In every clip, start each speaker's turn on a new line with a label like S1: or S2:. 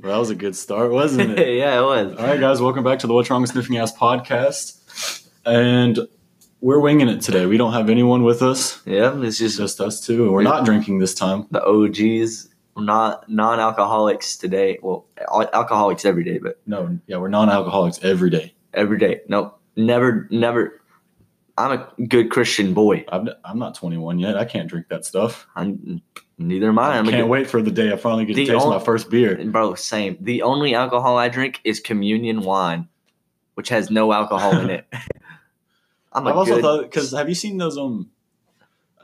S1: Well, that was a good start, wasn't it?
S2: yeah, it was.
S1: All right, guys, welcome back to the What's Wrong with Sniffing Ass podcast. And we're winging it today. We don't have anyone with us,
S2: Yeah, it's
S1: it's
S2: just
S1: just us two. And we're not drinking this time.
S2: the OGs, not non-alcoholics today. Well, al- alcoholics every day, but
S1: No, yeah, we're non alcoholics every day.
S2: every day. Nope, never, never. I'm a good Christian boy.
S1: I'm, I'm not 21 yet. I can't drink that stuff.
S2: I'm neither am I. I'm a
S1: can't
S2: good,
S1: wait for the day I finally get to
S2: The
S1: taste
S2: only-
S1: my first beer.
S2: Bro, same. The only alcohol I drink is communion wine, which has no alcohol in it. I'm a
S1: I've also
S2: good,
S1: thought, because have you seen those? Um,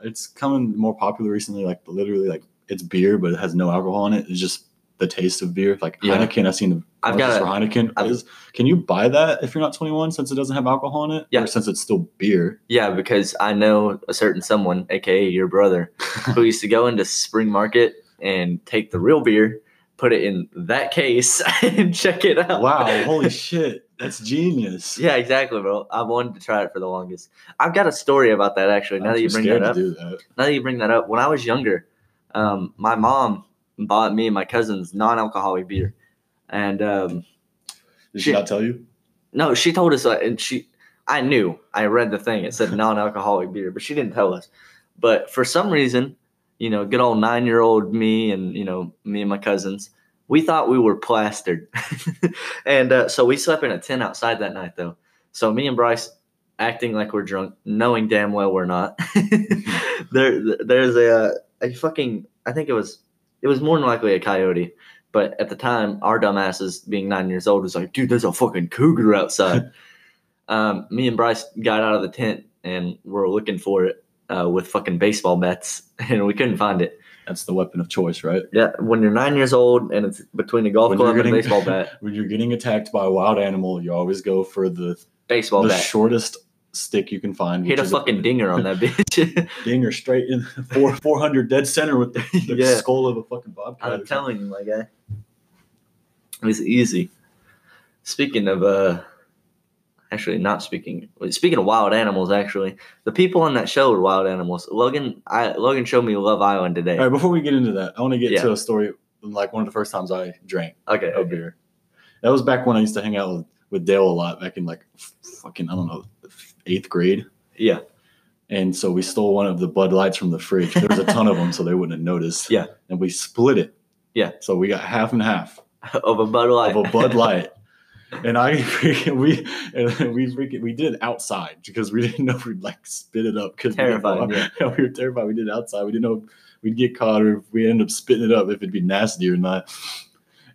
S1: It's coming more popular recently, like literally, like it's beer, but it has no alcohol in it. It's just the taste of beer. Like
S2: Yeah.
S1: Heineken, I've seen the
S2: I've got
S1: commercials
S2: a,
S1: for Heineken.
S2: I've-
S1: is, can you buy that if you're not 21 since it doesn't have alcohol in it?
S2: Yeah.
S1: Or since it's still beer.
S2: yeah, because I know a certain someone, aka your brother, who used to go into Spring Market and take the real beer, put it in that case, and check it out.
S1: wow, holy shit. That's genius.
S2: Oh, Yeah, exactly, bro. I wanted to try it for the longest. I've got a story about that actually. Now
S1: I'm
S2: that you
S1: too
S2: bring
S1: scared
S2: that up,
S1: to do that.
S2: now that you bring that up, when I was younger, um, my mom bought me and my cousins non-alcoholic beer, and um,
S1: Did she
S2: Shit.
S1: not tell you?
S2: no, she told us, uh, and she, I knew, I read the thing. It said non-alcoholic beer, but she didn't tell us. But for some reason, you know, good old nine-year-old me and you know me and my cousins, we thought we were plastered, and uh, so we slept in a tent outside that night though. So me and Bryce acting like we're drunk, knowing damn well we're not. there, there's a uh, a fucking. I think it was it was more than likely a coyote. But at the time, our dumbasses, being nine years old, was like, dude, there's a fucking cougar outside. um, me and Bryce got out of the tent and we're looking for it uh, with fucking baseball bats, and we couldn't find it.
S1: That's the weapon of choice, right?
S2: Yeah, when you're nine years old and it's between a golf
S1: When you're
S2: club and a
S1: getting-
S2: baseball bat,
S1: When you're getting attacked by a wild animal, you always go for the,
S2: baseball
S1: the
S2: bat.
S1: shortest stick you can find.
S2: Hit
S1: which
S2: a
S1: is
S2: fucking dinger on that bitch.
S1: dinger straight in four, 400 dead center with the, the
S2: Yeah.
S1: skull of a fucking bobcat.
S2: I'm telling you, my guy. It was easy. Speaking of, uh, actually, not speaking. Speaking of wild animals, actually, the people on that show were wild animals. Logan, I Logan showed me Love Island today.
S1: All right, before we get into that, I want to get
S2: Yeah.
S1: to a story like one of the first times I drank.
S2: Okay,
S1: a beer. That was back when I used to hang out with, with Dale a lot back in like f- fucking I don't know eighth grade,
S2: yeah,
S1: and so we stole one of the Bud Lights from the fridge. There was a ton of them, so they wouldn't have noticed.
S2: Yeah.
S1: and we split it.
S2: Yeah.
S1: so we got half and half
S2: of a Bud Light.
S1: of a Bud Light. And I freaking we and we freaking we did it outside because we didn't know we'd like spit it up because
S2: Terrified,
S1: we, didn't know- we were terrified. We did it outside. We didn't know if we'd get caught or if we end up spitting it up if it'd be nasty or not.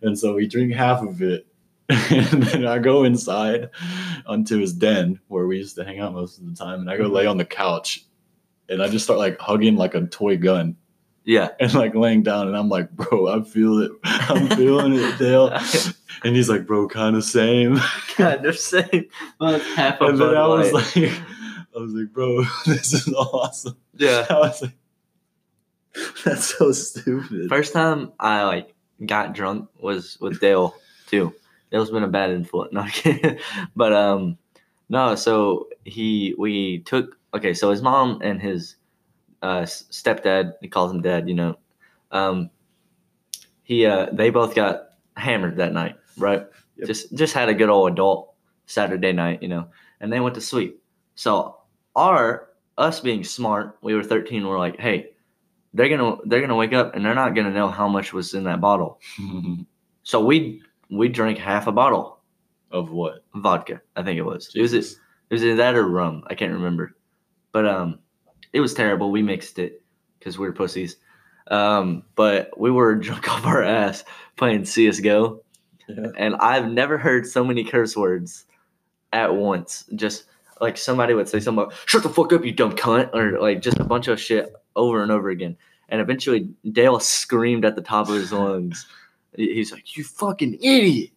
S1: And so we drink half of it, and then I go inside onto his den where we used to hang out most of the time. And I go lay on the couch, and I just start like hugging like a toy gun
S2: yeah,
S1: and like laying down and I'm like, bro, I feel it. I'm feeling it, Dale. And he's like, bro, kind of same.
S2: kind of same. Well, it's half a
S1: And
S2: Bud
S1: then I
S2: Light.
S1: was like, I was like, bro, this is awesome.
S2: yeah.
S1: I was like, that's so stupid.
S2: First time I like got drunk was with Dale too. Dale's been a bad influence, no, I'm kidding. but um, no. So he we took okay. So his mom and his uh, s- stepdad, he calls him dad, you know. Um, he uh, they both got hammered that night, right?
S1: Yep.
S2: Just just had a good old adult Saturday night, you know, and they went to sleep. So our us being smart, we were thirteen. We're like, hey, they're gonna they're gonna wake up and they're not gonna know how much was in that bottle. So we we drank half a bottle
S1: of what?
S2: of vodka, I think it was. It was
S1: Jesus.
S2: it was either that or rum. I can't remember, but um, it was terrible. We mixed it because we were pussies. Um, but we were drunk off our ass playing CS:GO,
S1: Yeah.
S2: and I've never heard so many curse words at once. Just like somebody would say something like, "Shut the fuck up, you dumb cunt," or like just a bunch of shit over and over again. And eventually, Dale screamed at the top of his lungs. He- He's like, "You fucking idiot!"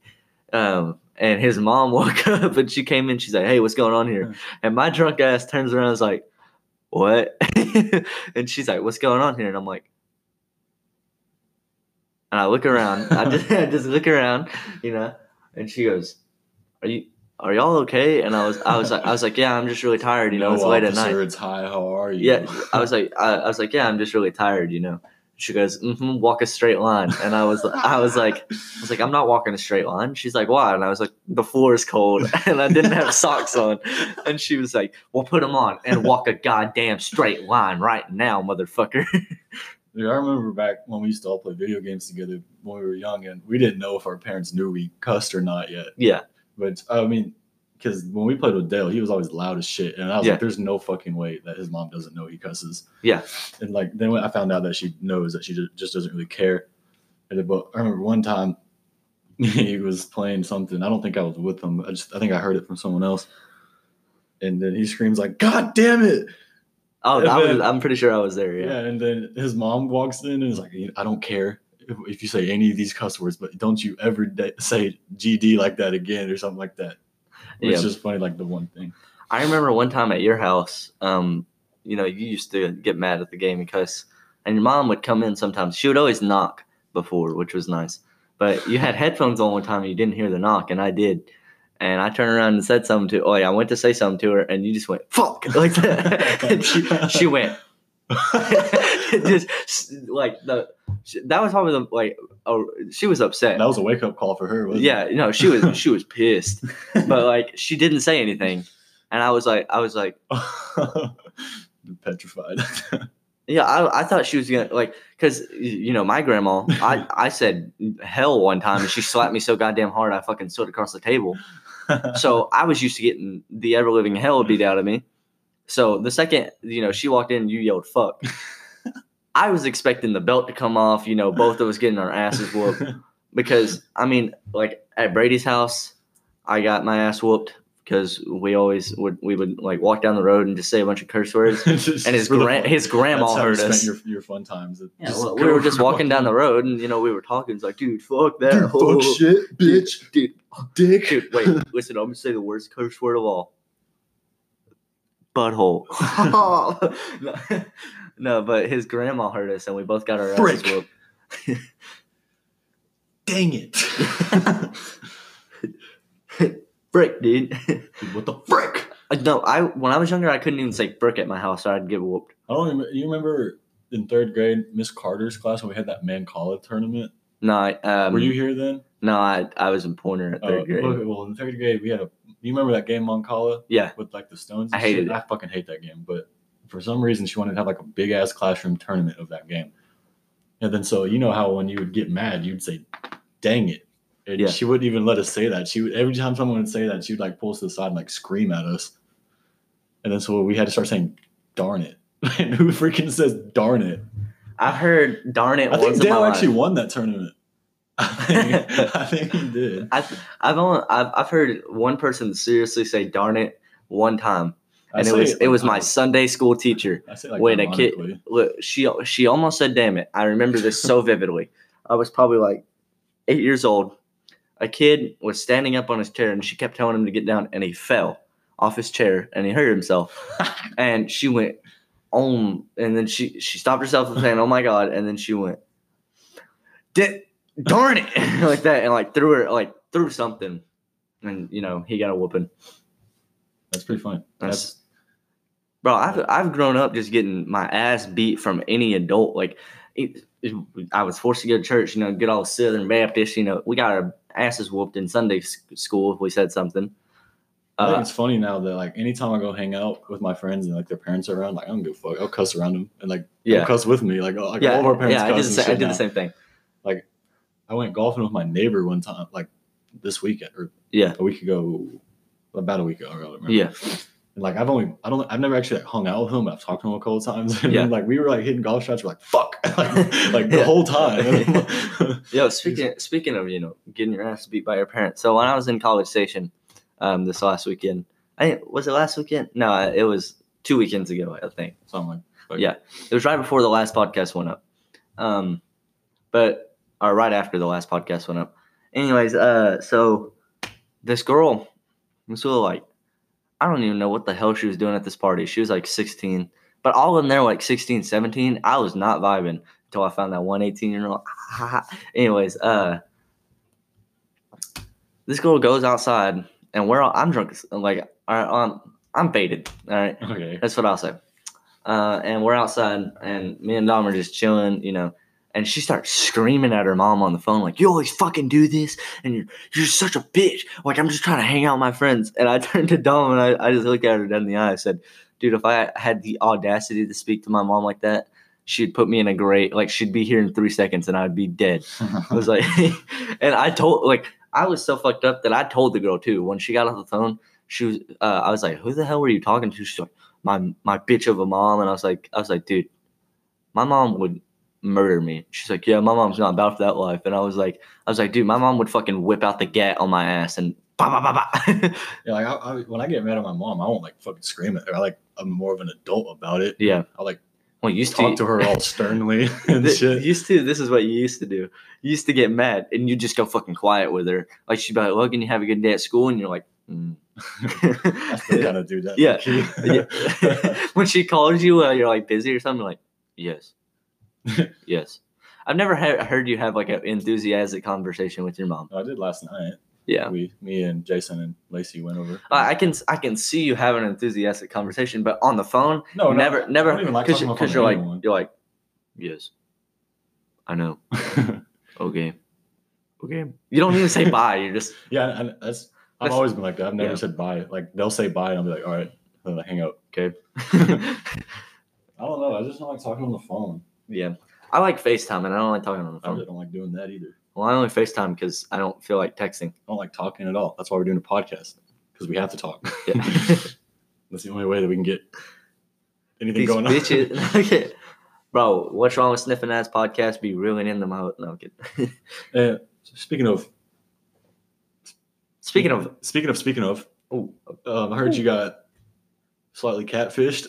S2: Um, and his mom woke up and she came in. She's like, "Hey, what's going on here?" And my drunk ass turns around and is like, What? and she's like, What's going on here? And I'm like, And I look around. I just, I just look around, you know, and she goes, Are you. Are y'all okay? And I was, I was like, I was like, yeah, I'm just really tired. You know,
S1: No
S2: it's late at
S1: officer,
S2: night.
S1: It's high. How are you?
S2: Yeah, I was like, I, I was like, yeah, I'm just really tired. You know, She goes, mm-hmm, walk a straight line. And I was I was like, I was like, I'm not walking a straight line. She's like, why? And I was like, the floor is cold and I didn't have socks on. And she was like, well, put them on and walk a goddamn straight line right now, motherfucker.
S1: Dude, I remember back when we used to all play video games together when we were young, and we didn't know if our parents knew we cussed or not yet.
S2: yeah.
S1: But I mean, because when we played with Dale, he was always loud as shit, and I was
S2: Yeah.
S1: like, "There's no fucking way that his mom doesn't know he cusses."
S2: Yeah.
S1: And like then when I found out that she knows that she ju- just doesn't really care. And then- but I remember one time he was playing something. I don't think I was with him. I just I think I heard it from someone else. And then he screams like, "God damn it!"
S2: Oh,
S1: And
S2: I
S1: then-
S2: was, I'm pretty sure I was there.
S1: Yeah.
S2: Yeah.
S1: And then his mom walks in and is like, "I don't care if, if you say any of these cuss words, but don't you ever da- say GD like that again or something like that." Which
S2: Yeah.
S1: is just funny, like the one thing.
S2: I remember one time at your house, um, you know, you used to get mad at the game because, and your mom would come in sometimes. She would always knock before, which was nice. But you had headphones on one time and you didn't hear the knock, and I did. And I turned around and said something to. Oh yeah, I went to say something to her, and you just went fuck like that. and she she went just s- like the. she- That was probably the like. Oh, she was upset.
S1: That was a wake up call for her, wasn't it?
S2: Yeah, no, she was she was pissed, but like she didn't say anything, and I was like, I was like,
S1: Petrified.
S2: yeah, I, I thought she was gonna like, cause y- you know my grandma, I I said hell one time, and she slapped me so goddamn hard I fucking stood across the table. So I was used to getting the ever living hell beat out of me. So the second you know she walked in, you yelled fuck. I was expecting the belt to come off, you know, both of us getting our asses whooped. because I mean, like at Brady's house, I got my ass whooped because we always would we would like walk down the road and just say a bunch of curse words, and his gran- his grandma heard us.
S1: Your, your fun times.
S2: Yeah, well, we were just walking down the road, and you know we were talking. It's like, dude, fuck that,
S1: Dude,
S2: whole-
S1: fuck shit, bitch,
S2: dude,
S1: dick.
S2: dude. Wait, listen, I'm gonna say the worst curse word of all. Butthole. no, no, but his grandma heard us, and we both got our asses
S1: Frick.
S2: whooped.
S1: Dang it.
S2: Frick, dude.
S1: Dude, what the frick?
S2: Uh, No, I when I was younger, I couldn't even say brick at my house, or I'd get whooped.
S1: I don't remember. You remember in third grade, Miss Carter's class when we had that Mancala tournament?
S2: No, I, um,
S1: were you here then?
S2: No, I, I was in Pointer at third
S1: Oh,
S2: grade.
S1: okay, well, in third grade, we had a. You remember that game Moncala?
S2: Yeah.
S1: With like the stones.
S2: I
S1: and
S2: hated
S1: shit?
S2: it.
S1: I fucking hate that game. But for some reason, she wanted to have like a big ass classroom tournament of that game. And then so you know how when you would get mad, you'd say, "Dang it." And
S2: Yeah.
S1: she wouldn't even let us say that. She would every time someone would say that, she would like pull us to the side and like scream at us. And then so we had to start saying, "Darn it!" And who freaking says "Darn it"?
S2: I've heard darn it
S1: I
S2: once
S1: think
S2: in
S1: Dale
S2: my
S1: actually
S2: life.
S1: won that tournament. I think, I think he did.
S2: I've, I've only I've, I've heard one person seriously say darn it one time,
S1: I
S2: and it
S1: say
S2: was it was my
S1: like-
S2: Sunday school teacher.
S1: I say like
S2: when a kid-
S1: ironically.
S2: Look, she she almost said damn it. I remember this so vividly. I was probably like eight years old. A kid was standing up on his chair, and she kept telling him to get down, and he fell off his chair, and he hurt himself. and she went oh and then she she stopped herself from saying oh my god and then she went "Da- darn it like that and like threw her like threw something and you know he got a whooping
S1: That's pretty fun.
S2: that's bro I've, I've grown up just getting my ass beat from any adult like it, it- i was forced to go to church you know get all southern baptist you know we got our asses whooped in sunday s- school if we said something
S1: I think
S2: uh,
S1: it's funny now that like anytime I go hang out with my friends and like their parents are around, like I don't give a fuck. I'll cuss around them and like they'll
S2: yeah
S1: cuss with me. Like, oh, like all
S2: yeah,
S1: of our parents
S2: yeah I,
S1: cuss
S2: did the,
S1: and
S2: sa-
S1: shit
S2: I did
S1: now.
S2: the same thing
S1: I went golfing with my neighbor one time, like this weekend or
S2: yeah
S1: a week ago, about a week ago. I don't remember.
S2: yeah
S1: And, like I've only I don't I've never actually like, hung out with him. But I've talked to him a couple times. And
S2: Yeah.
S1: then, like we were like hitting golf shots. We're like fuck, like, like the
S2: Yeah.
S1: whole time.
S2: Yo, speaking speaking of you know getting your ass beat by your parents. So when I was in College Station, um, this last weekend, I think- was it last weekend? No, I- it was two weekends ago. I think
S1: so I'm like, fuck.
S2: Yeah. it was right before the last podcast went up, um, but or right after the last podcast went up. Anyways, uh, so this girl, this little like, I don't even know what the hell she was doing at this party. She was like 16, but all in there like 16, 17. I was not vibing until I found that one 18 year old. Anyways, uh, this girl goes outside and we're all, I'm drunk. as- Like, all right, I'm, I'm faded. All right.
S1: Okay.
S2: That's what I'll say. Uh, and we're outside, and me and Dom are just chilling, you know. And she starts screaming at her mom on the phone, like, "You always fucking do this, and you're you're such a bitch." Like, I'm just trying to hang out with my friends. And I turned to Dom and I, I just looked at her dead in the eye. I said, "Dude, if I had the audacity to speak to my mom like that, she'd put me in a grave. Like, she'd be here in three seconds, and I'd be dead." I was like, and I told like I was so fucked up that I told the girl too. When she got off the phone, she was uh, I was like, "Who the hell were you talking to?" She's like, "My my bitch of a mom," and I was like, "I was like, dude, my mom would murder me." She's like, "Yeah, my mom's not about that life," and I was like, "I was like, dude, my mom would fucking whip out the gat on my ass and." Bah, bah, bah, bah.
S1: Yeah, like I, I, when I get mad at my mom, I won't like fucking scream at her. I like I'm more of an adult about it.
S2: yeah.
S1: I like
S2: Well, used
S1: talk
S2: to
S1: to her all sternly and
S2: Th-
S1: shit.
S2: Used to, this is what you used to do. You used to get mad and you just go fucking quiet with her. Like she'd be like, "Well, can you have a good day at school?" And you're like, mm.
S1: I still kind of do that.
S2: Yeah.
S1: low-key.
S2: Yeah. when she calls you while you're like busy or something, you're like, yes, yes. I've never he- heard you have like an enthusiastic conversation with your mom.
S1: No, I did last night.
S2: Yeah,
S1: We, me and Jason and Lacey went over.
S2: I, I can I can see you having an enthusiastic conversation, but on the phone,
S1: Oh, no, no,
S2: never
S1: I
S2: never
S1: don't even like
S2: because
S1: talking on the
S2: you're
S1: phone
S2: like
S1: to
S2: you're like, yes, I know.
S1: anyone.
S2: Okay, okay. You don't even say bye. You're just
S1: yeah, and that's. I've
S2: That's-
S1: always been like that. I've never
S2: yeah.
S1: said bye. Like they'll say bye, and I'll be like, "All right, and then I hang up."
S2: okay.
S1: I don't know. I just don't like talking on the phone.
S2: yeah, I like Facetime and I don't like talking on the
S1: I really
S2: phone.
S1: don't like doing that either.
S2: Well, I only Facetime because I don't feel like texting.
S1: I don't like talking at all. That's why we're doing a podcast because we have to talk.
S2: Yeah.
S1: That's the only way that we can get anything
S2: These
S1: going on.
S2: bitches. Okay. Bro, what's wrong with sniffing ass podcast? Be reeling in the mouth. No, I'm kidding.
S1: Uh, speaking of
S2: Speaking of,
S1: speaking of speaking of,
S2: ooh,
S1: um, I heard you got slightly catfished.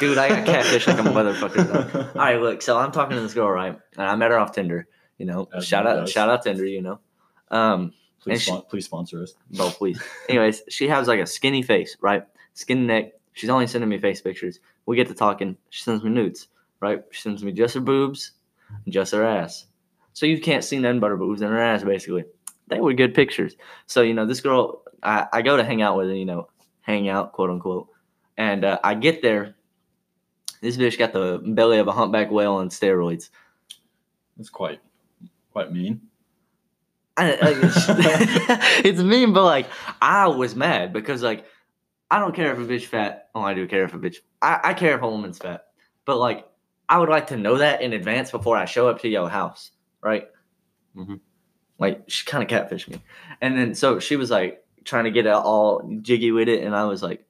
S2: dude, I got catfish like a motherfucker. dog. All right, look. So I'm talking to this girl, right? And I met her off Tinder. You know,
S1: As
S2: shout
S1: one
S2: out,
S1: does.
S2: shout out Tinder. You know, um,
S1: Please,
S2: And she-
S1: spon- please sponsor us.
S2: bro, please. Anyways, she has like a skinny face, right? Skinny neck. She's only sending me face pictures. We get to talking. She sends me nudes, right? She sends me just her boobs, just her ass. So you can't see nothing but her boobs and her ass, basically. They were good pictures. So, you know, this girl, I, I go to hang out with her, you know, hang out, quote unquote. And uh, I get there. This bitch got the belly of a humpback whale on steroids.
S1: That's quite quite mean.
S2: I, like, it's, it's mean, but like I was mad because like I don't care if a bitch fat. Oh, I do care if a bitch. I, I care if a woman's fat, but like I would like to know that in advance before I show up to your house, right?
S1: Mhm.
S2: Like she kind of catfished me, and then so she was like trying to get it all jiggy with it, and I was like,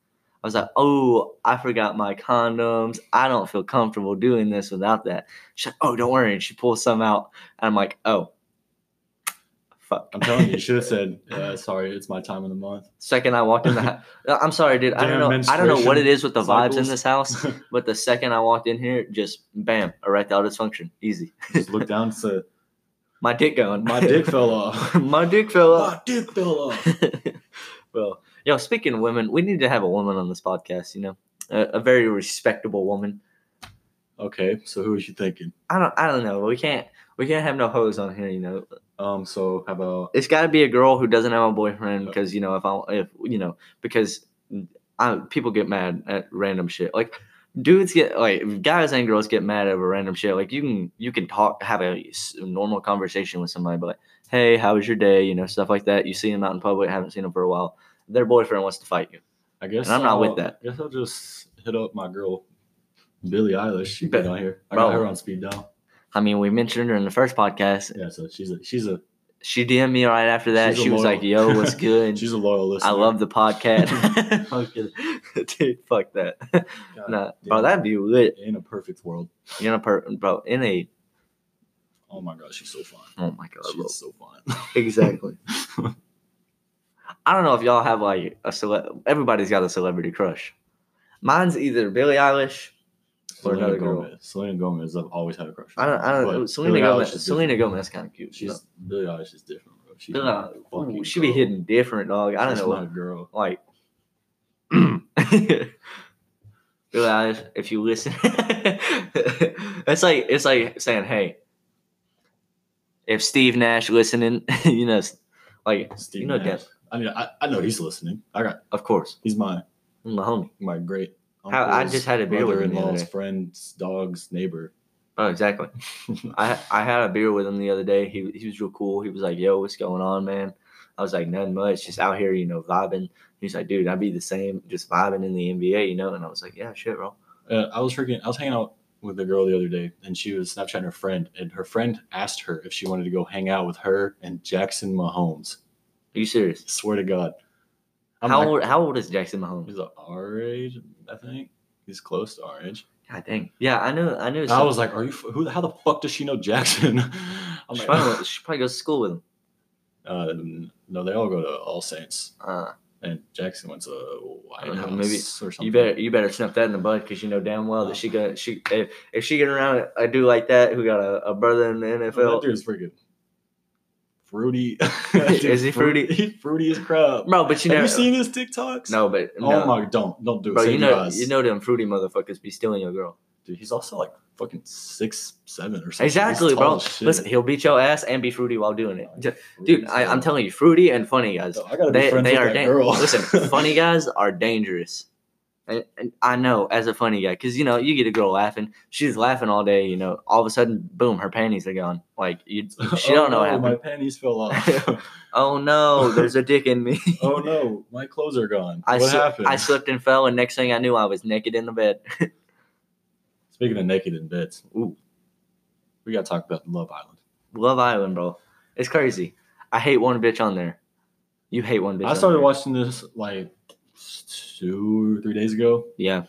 S2: I was like, oh, I forgot my condoms. I don't feel comfortable doing this without that. She's like, oh, don't worry. And she pulls some out, and I'm like, oh, fuck.
S1: I'm telling you, you should have said, uh, "Sorry, it's my time of the month."
S2: second I walked in the house. I'm sorry, dude. I don't
S1: Damn
S2: know. I don't know what
S1: menstruation
S2: it is with the vibes in
S1: cycles.
S2: this house, but the second I walked in here, just bam, erectile dysfunction, easy.
S1: Just look down and said,
S2: My dick going.
S1: "My dick fell off."
S2: My dick fell
S1: My
S2: off.
S1: dick fell off.
S2: well, yo, speaking of women, we need to have a woman on this podcast. You know, a, a very respectable woman.
S1: Okay, so who was you thinking?
S2: I don't. I don't know. We can't. We can't have no hoes on here. You know,
S1: Um, so how about
S2: it's got to be a girl who doesn't have a boyfriend because you know if I if you know because I, people get mad at random shit like dudes get like guys and girls get mad over random shit like you can you can talk have a s- normal conversation with somebody but like hey how was your day you know stuff like that you see them out in public haven't seen them for a while their boyfriend wants to fight you
S1: I guess
S2: And I'm not with
S1: I'll-
S2: that.
S1: I guess I'll just hit up my girl, Billie Eilish. She's
S2: Bet-
S1: been on here. I
S2: Bro.
S1: got her on speed dial.
S2: I mean we mentioned her in the first podcast
S1: Yeah, so she's a she's a
S2: she DM'd me right after that
S1: She's a
S2: she was
S1: loyal-
S2: like yo what's good
S1: she's a loyal listener.
S2: I love the podcast I'm kidding. dude fuck that
S1: God
S2: Nah,
S1: damn.
S2: bro, that'd be lit.
S1: in a perfect world.
S2: You know, per- bro, in a
S1: Oh my god, she's so fun.
S2: oh my god, bro.
S1: She's so fun.
S2: exactly. I don't know if y'all have like a cele- everybody's got a celebrity crush. Mine's either Billie Eilish. Or another girl.
S1: Gomez. Selena Gomez. I've always had a crush.
S2: I don't. I don't.
S1: But
S2: Selena
S1: Billie Eilish
S2: Gomez.
S1: is
S2: Selena
S1: different.
S2: Gomez kind of cute.
S1: She's
S2: She's
S1: Billie Eilish is different, bro. She's
S2: Billie
S1: not a
S2: no,
S1: fucking
S2: she be
S1: girl.
S2: hitting different, dog. I don't
S1: She's
S2: know.
S1: Not a girl.
S2: like Billie Eilish, if you listen, it's like it's like saying, "Hey, if Steve Nash listening, you know, it's like
S1: Steve
S2: You know
S1: Nash. I mean, I, I know he's listening. I got
S2: of course,
S1: he's my
S2: I'm the homie,
S1: my great.
S2: How- I
S1: uncle's
S2: just had a beer with him the other
S1: brother-in-law's
S2: day.
S1: friend's dog's neighbor. Uh,
S2: Oh, exactly. I I had a beer with him the other day. He he was real cool. He was like, "Yo, what's going on, man?" I was like, "Nothing much. Just out here, you know, vibing." He's like, "Dude, I'd be the same, just vibing in the NBA, you know." And I was like, "Yeah, shit, bro."
S1: uh, I was freaking. I was hanging out with a girl the other day, and she was Snapchatting her friend, and her friend asked her if she wanted to go hang out with her and Jackson Mahomes.
S2: Are you serious?
S1: Swear to God,
S2: how
S1: like-
S2: old How old is Jackson Mahomes?
S1: He's our age, I think. He's close to our age.
S2: God dang. Yeah, I knew. I knew.
S1: I was like, "Are you? f- Who? How the fuck does she know Jackson?" I'm
S2: she,
S1: like,
S2: probably, went- she probably goes to school with him.
S1: um, "No, they all go to All Saints,
S2: Uh,
S1: and Jackson went to White
S2: don't know,
S1: House
S2: maybe-
S1: or something."
S2: you better you better snap that in the bud because you know damn well that she got she if, if she get around a dude like that who got a, a brother in the
S1: Oh,
S2: NFL.
S1: that dude's freaking fruity. That
S2: Is
S1: dude's
S2: he fruity?
S1: fru- He's fruity as crap.
S2: Bro, but you
S1: Have
S2: know,
S1: you seen his TikToks?
S2: no, but
S1: Oh
S2: no.
S1: my! Don't don't do it.
S2: Bro,
S1: Save
S2: you
S1: your
S2: know,
S1: eyes.
S2: you know them fruity motherfuckers be stealing your girl.
S1: Dude, he's also like fucking six seven or something. He's
S2: Exactly,
S1: tall
S2: bro.
S1: as shit.
S2: Listen, he'll beat your ass and be fruity while doing it. Ju-
S1: Fruity
S2: Dude,
S1: as
S2: I, I'm
S1: hell.
S2: telling you, fruity and funny guys.
S1: I gotta be
S2: They,
S1: friends
S2: they
S1: with
S2: are
S1: that
S2: dan-
S1: girl.
S2: listen. Funny guys are dangerous, and, and I know as a funny guy because you know you get a girl laughing, she's laughing all day. You know, all of a sudden, boom, her panties are gone. Like you, she
S1: oh,
S2: don't know what
S1: no, My
S2: happened.
S1: panties fell off.
S2: Oh no, there's a dick in me.
S1: oh no, my clothes are gone.
S2: I
S1: what
S2: sli-
S1: happened?
S2: I slipped and fell, and next thing I knew, I was naked in the bed.
S1: Speaking of naked in beds,
S2: Ooh.
S1: we gotta talk about Love Island.
S2: Love Island, bro. It's crazy. I hate one bitch on there. You hate one bitch.
S1: I
S2: on
S1: started
S2: there.
S1: watching this like two or three days ago.
S2: Yeah,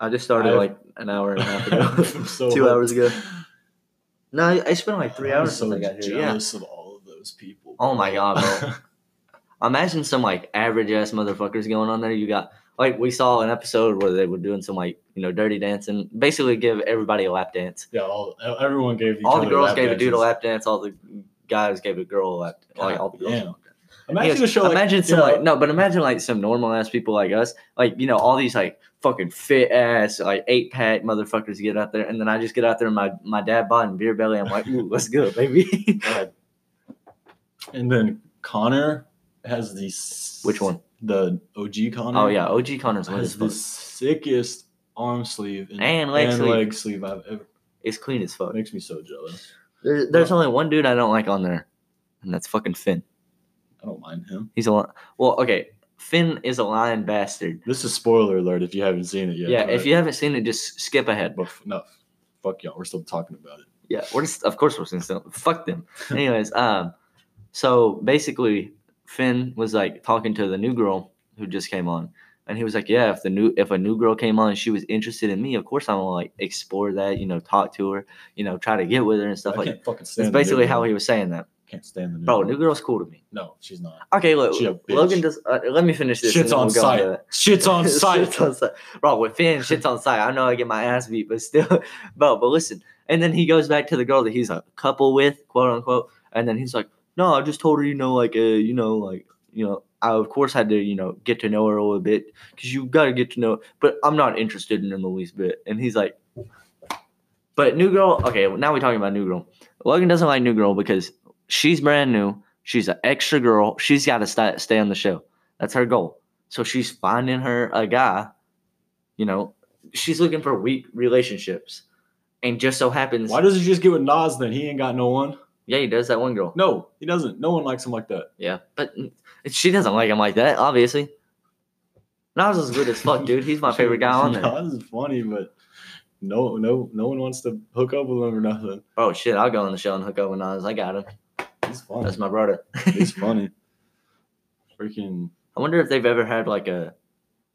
S2: I just started
S1: I-
S2: like an hour and a half ago,
S1: I'm so
S2: two
S1: hooked.
S2: hours ago. No, I, I spent like three
S1: I'm
S2: hours
S1: so
S2: since I got here. Yeah.
S1: jealous of all of those people.
S2: Oh my god, bro. Imagine some like average ass motherfuckers going on there. You got like we saw an episode where they were doing some like you know dirty dancing, basically give everybody a lap dance.
S1: yeah, all, everyone gave each
S2: all the
S1: other
S2: girls
S1: lap
S2: gave a dude a
S1: dances.
S2: lap dance. All the guys gave a girl a lap. Like all the girls.
S1: Damn. Imagine
S2: Yes,
S1: a show like
S2: imagine some
S1: yeah,
S2: like no, but imagine like some normal ass people like us, like you know all these like fucking fit ass like eight pack motherfuckers get out there, and then I just get out there and my my dad bought and beer belly. I'm like, ooh, let's go, baby.
S1: God. And then Connor has the s-
S2: Which one?
S1: The OG Connor.
S2: oh yeah, OG Connor's lit as
S1: has
S2: fuck.
S1: the sickest arm sleeve and,
S2: And leg
S1: and
S2: sleeve.
S1: leg sleeve I've ever.
S2: It's clean as
S1: It
S2: fuck.
S1: makes me so jealous.
S2: There, there's only one dude I don't like on there, and that's fucking Finn.
S1: I don't mind him.
S2: He's a li- well, okay. Finn is a lying bastard.
S1: This is spoiler alert if you haven't seen it yet.
S2: Yeah, if you haven't seen it, just skip ahead.
S1: But f- no, fuck y'all. We're still talking about it.
S2: Yeah, we're just, of course we're seeing stuff. Fuck them. Anyways, um, so basically, Finn was like talking to the new girl who just came on, and he was like, "Yeah, if the new if a new girl came on and she was interested in me, of course I'm gonna like explore that, you know, talk to her, you know, try to get with her and stuff
S1: I
S2: like."
S1: can't fucking stand.
S2: That's
S1: the new
S2: basically how
S1: girl.
S2: he was saying that.
S1: can't stand the new
S2: Bro,
S1: girl.
S2: new girl's cool to me.
S1: No, she's not.
S2: Okay, look,
S1: She a bitch.
S2: Logan does. Uh, let me finish this. and
S1: Shit's
S2: then
S1: on
S2: we'll go into
S1: sight.
S2: that.
S1: Shit's on sight.
S2: Shit's on site. Bro, with Finn, shit's on site. I know I get my ass beat, but still, bro, but listen. And then he goes back to the girl that he's a couple with, quote unquote. And then he's like, no, I just told her, you know, like, uh, you know, like, you know, I of course had to, you know, get to know her a little bit because you got to get to know, but I'm not interested in him the least bit. And he's like, but New Girl, okay, now we're talking about New Girl. Logan doesn't like New Girl because she's brand new. She's an extra girl. She's got to st- stay on the show. That's her goal. So she's finding her a guy, you know, she's looking for weak relationships. And just so happens,
S1: Why doesn't she just get with Nas then? He ain't got no one.
S2: yeah, he does that one girl.
S1: No, he doesn't. No one likes him like that.
S2: Yeah, but n- she doesn't like him like that, obviously. Nas is good as fuck, dude. He's my favorite guy on there.
S1: Nas is funny, but no, no, no one wants to hook up with him or nothing.
S2: Oh shit, I'll go on the show and hook up with Nas. I got him.
S1: He's funny.
S2: That's my brother.
S1: He's funny. Freaking.
S2: I wonder if they've ever had like a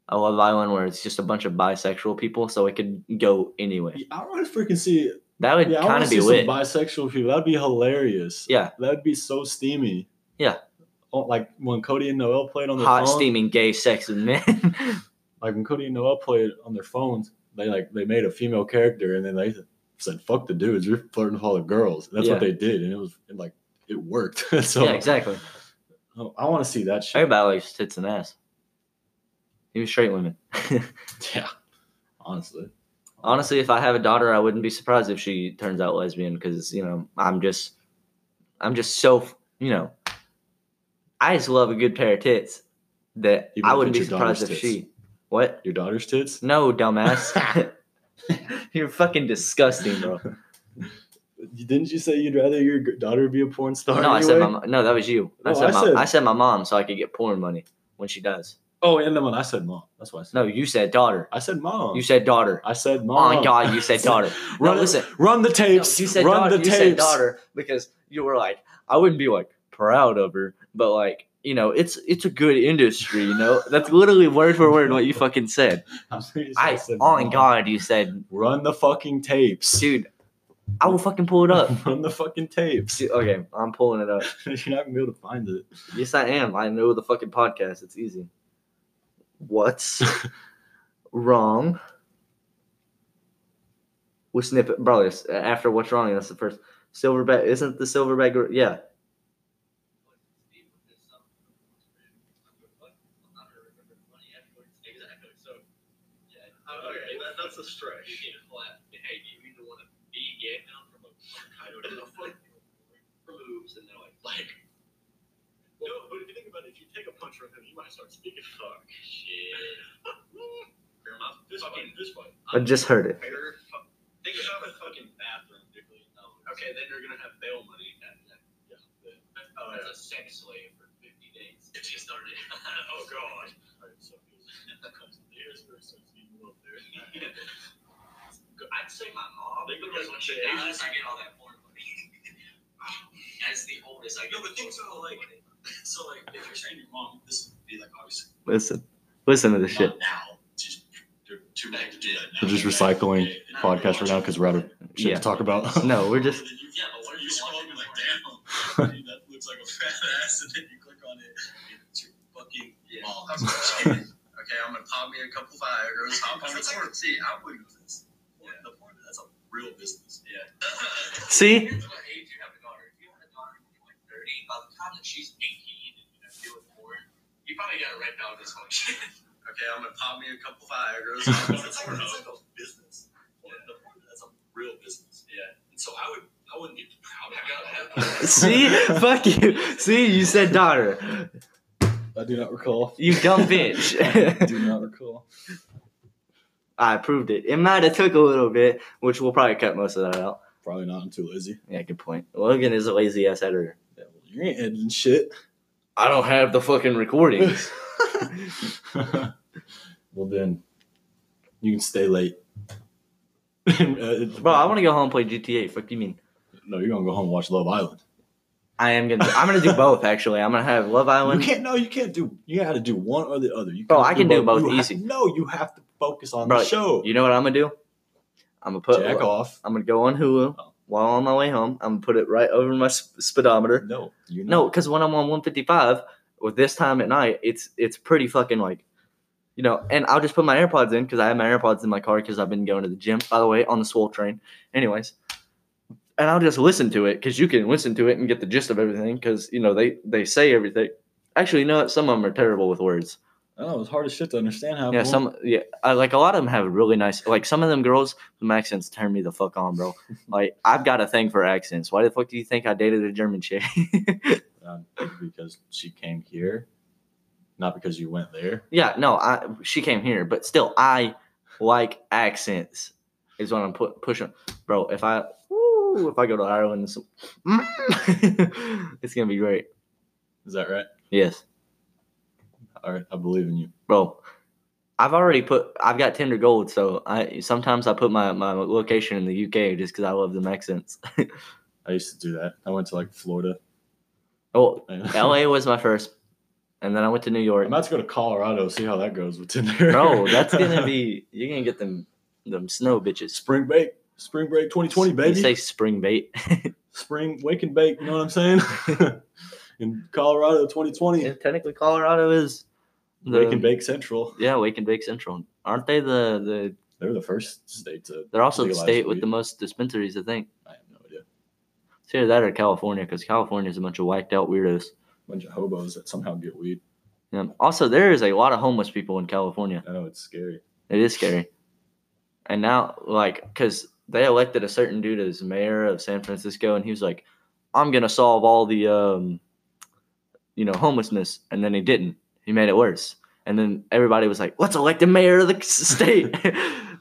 S2: a Love Island where it's just a bunch of bisexual people, so it could go anyway.
S1: I want to freaking see.
S2: That would
S1: Yeah, I
S2: kind
S1: want
S2: of
S1: to
S2: be
S1: see
S2: lit.
S1: some bisexual people. That'd be hilarious.
S2: yeah,
S1: That'd be so steamy.
S2: Yeah.
S1: Oh, like when Cody and Noel played on their
S2: hot,
S1: phone-
S2: steaming, gay, sexy men.
S1: Like when Cody and Noel played on their phones, they like they made a female character and then they said, "Fuck the dudes, you're flirting with all the girls." And that's what
S2: Yeah.
S1: they did, and it was and like it worked. so
S2: yeah, exactly.
S1: Oh, I want to see that shit.
S2: Everybody likes tits and ass. Even straight women.
S1: Yeah, honestly.
S2: Honestly, if I have a daughter, I wouldn't be surprised if she turns out lesbian because you know I'm just, I'm just so you know, I just love a good pair of tits that
S1: Even
S2: I
S1: if
S2: wouldn't be
S1: it's your daughter's
S2: surprised if
S1: tits.
S2: she. What?
S1: Your daughter's tits?
S2: No, dumbass. You're fucking disgusting, bro.
S1: Didn't you say you'd rather your g- daughter be a porn star?
S2: no, I said
S1: anyway?
S2: my mo- no. That was you. I
S1: No,
S2: said
S1: I
S2: my,
S1: said-
S2: I said my mom so I could get porn money when she does.
S1: Oh, and then when I said mom, that's why I said.
S2: No, you said daughter.
S1: I said mom.
S2: You said daughter.
S1: I said
S2: Oh
S1: mom.
S2: my God, you said daughter.
S1: Run,
S2: no, listen.
S1: run the
S2: No,
S1: tapes.
S2: you said
S1: run
S2: daughter.
S1: the
S2: you
S1: tapes.
S2: said daughter because you were like, I wouldn't be like proud of her, but like you know, it's it's a good industry. You know, that's literally word for word what you fucking said.
S1: I'm pretty sure
S2: I,
S1: said
S2: oh my
S1: mom.
S2: God, you said,
S1: Run the fucking tapes.
S2: dude, I will fucking pull it up.
S1: Run the fucking tapes.
S2: Dude, okay, I'm pulling it up.
S1: You're not gonna be able to find it.
S2: Yes, I am. I know the fucking podcast. It's easy. What's wrong with snippet, bro? it's uh, After what's wrong, that's the first silverback. Isn't the silverback? gr- Yeah.
S3: Exactly. So, yeah. Oh, okay, that, that's a stretch. You need to pull out, hey, you either want to be gay now from a coyote that moves and they're like, like. No, but if you think about it, if you take a punch from him, you might start speaking. Fuck. Shit. Fair enough. This fucking, this one.
S2: I just heard it.
S3: Fair fu- Think about the fucking bathroom, Nicholas. Okay, then you're gonna have bail money. Yeah. That's, oh, that's a sex slave for 50 days. If you started. oh, God. Alright, so here's, here's where some people up there. I'd say my mom. They could
S4: Because
S3: like,
S4: when she
S3: yeah,
S4: dies, I get all that porn money. As the oldest, I get
S3: No,
S4: the
S3: but things
S4: most
S3: are
S4: porn
S3: like-
S4: money.
S3: So, like, if you're saying your mom, this would be like obviously
S2: Listen, listen to this shit.
S3: not now. Just, they're too late to do that now.
S1: We're just recycling podcast right now because we're out of shit
S2: Yeah.
S1: to talk about.
S2: No, we're just
S3: Yeah, but what are you scrolling like, damn, dude, that looks like a fat ass, and then you click on it, it's your fucking
S4: Yeah.
S3: mom.
S4: That's what I'm saying. okay, I'm gonna pop me a couple Viagra's. Hop on the
S3: It's like-
S4: porn. See, I would.
S3: Porn- The porn, that's a real business. Yeah.
S2: see.
S4: Here's what age you have a daughter. If you have a daughter when you're like 30, by the time that she's 18 and you know dealing with porn, you probably got a red dog this whole shit.
S3: Okay, I'm gonna pop me a couple Viagra's. it's, like, it's like a business. Porn- The porn, that's a real business. Yeah. And so I would, I wouldn't get proud of that.
S2: See, fuck you. See, you said daughter.
S1: I do not recall.
S2: You dumb bitch.
S1: I do not recall.
S2: I proved it. It might have took a little bit, which we'll probably cut most of that out.
S1: Probably not. I'm too lazy.
S2: Yeah, good point. Logan is a lazy ass editor.
S1: Yeah, well, you ain't editing shit.
S2: I don't have the fucking recordings.
S1: well then, you can stay late. Bro,
S2: Bro, I want to go home and play GTA. Fuck you mean?
S1: No, you're gonna go home and watch Love Island.
S2: I am gonna. I'm gonna do both. Actually, I'm gonna have Love
S1: You
S2: Island.
S1: can't. No, you can't do. You got to do one or the other. You
S2: Bro,
S1: can't
S2: I can do both
S1: You
S2: easy.
S1: Have, no, you have to focus on
S2: Bro,
S1: the show.
S2: You know what I'm gonna do? I'm gonna put.
S1: Jack off.
S2: I'm gonna go on Hulu while on my way home. I'm gonna put it right over my sp- speedometer.
S1: No, you
S2: No, because when I'm on 155 or this time at night, it's it's pretty fucking like, you know. And I'll just put my AirPods in because I have my AirPods in my car because I've been going to the gym. By the way, on the swole train, anyways. And I'll just listen to it because you can listen to it and get the gist of everything because you know they they say everything. Actually, no, some of them are terrible with words.
S1: I know it's hard as shit to understand how.
S2: Yeah,
S1: people-
S2: some yeah, I, like a lot of them have really nice. Like some of them girls, the accents turn me the fuck on, bro. Like I've got a thing for accents. Why the fuck do you think I dated a German chick?
S1: um, because she came here, not because you went there.
S2: Yeah, no, I she came here, but still, I like accents. Is what I'm pu- pushing, bro. If I woo, if I go to Ireland, it's, mm, it's gonna be great.
S1: Is that right?
S2: Yes,
S1: All right, I believe in you.
S2: bro. I've already put. I've got Tinder Gold, so I sometimes I put my my location in the UK just because I love them accents.
S1: I used to do that. I went to like Florida.
S2: oh,
S1: LA.
S2: LA was my first, and then I went to New York.
S1: I'm about to go to Colorado. See how that goes with Tinder.
S2: Bro, that's gonna be you're gonna get them them snow bitches.
S1: spring break. Spring break 2020,
S2: They
S1: baby.
S2: say spring bait.
S1: spring wake and bake. You know what I'm saying? In Colorado 2020,
S2: Yeah, technically Colorado is the,
S1: wake and bake central.
S2: Yeah, Wake and Bake Central. Aren't they the the?
S1: They were the first state to.
S2: They're also the
S1: legalize
S2: state with
S1: weed.
S2: the most dispensaries, I think.
S1: I have no idea.
S2: It's either that or California, because California is a bunch of whacked out weirdos.
S1: bunch of hobos that somehow get weed.
S2: Yeah. Also, there is a lot of homeless people in California.
S1: I know it's scary.
S2: It is scary. And now, like, because they elected a certain dude as mayor of San Francisco, and he was like, "I'm gonna solve all the, um, you know, homelessness," and then he didn't. He made it worse. And then everybody was like, "Let's elect the mayor of the s- state."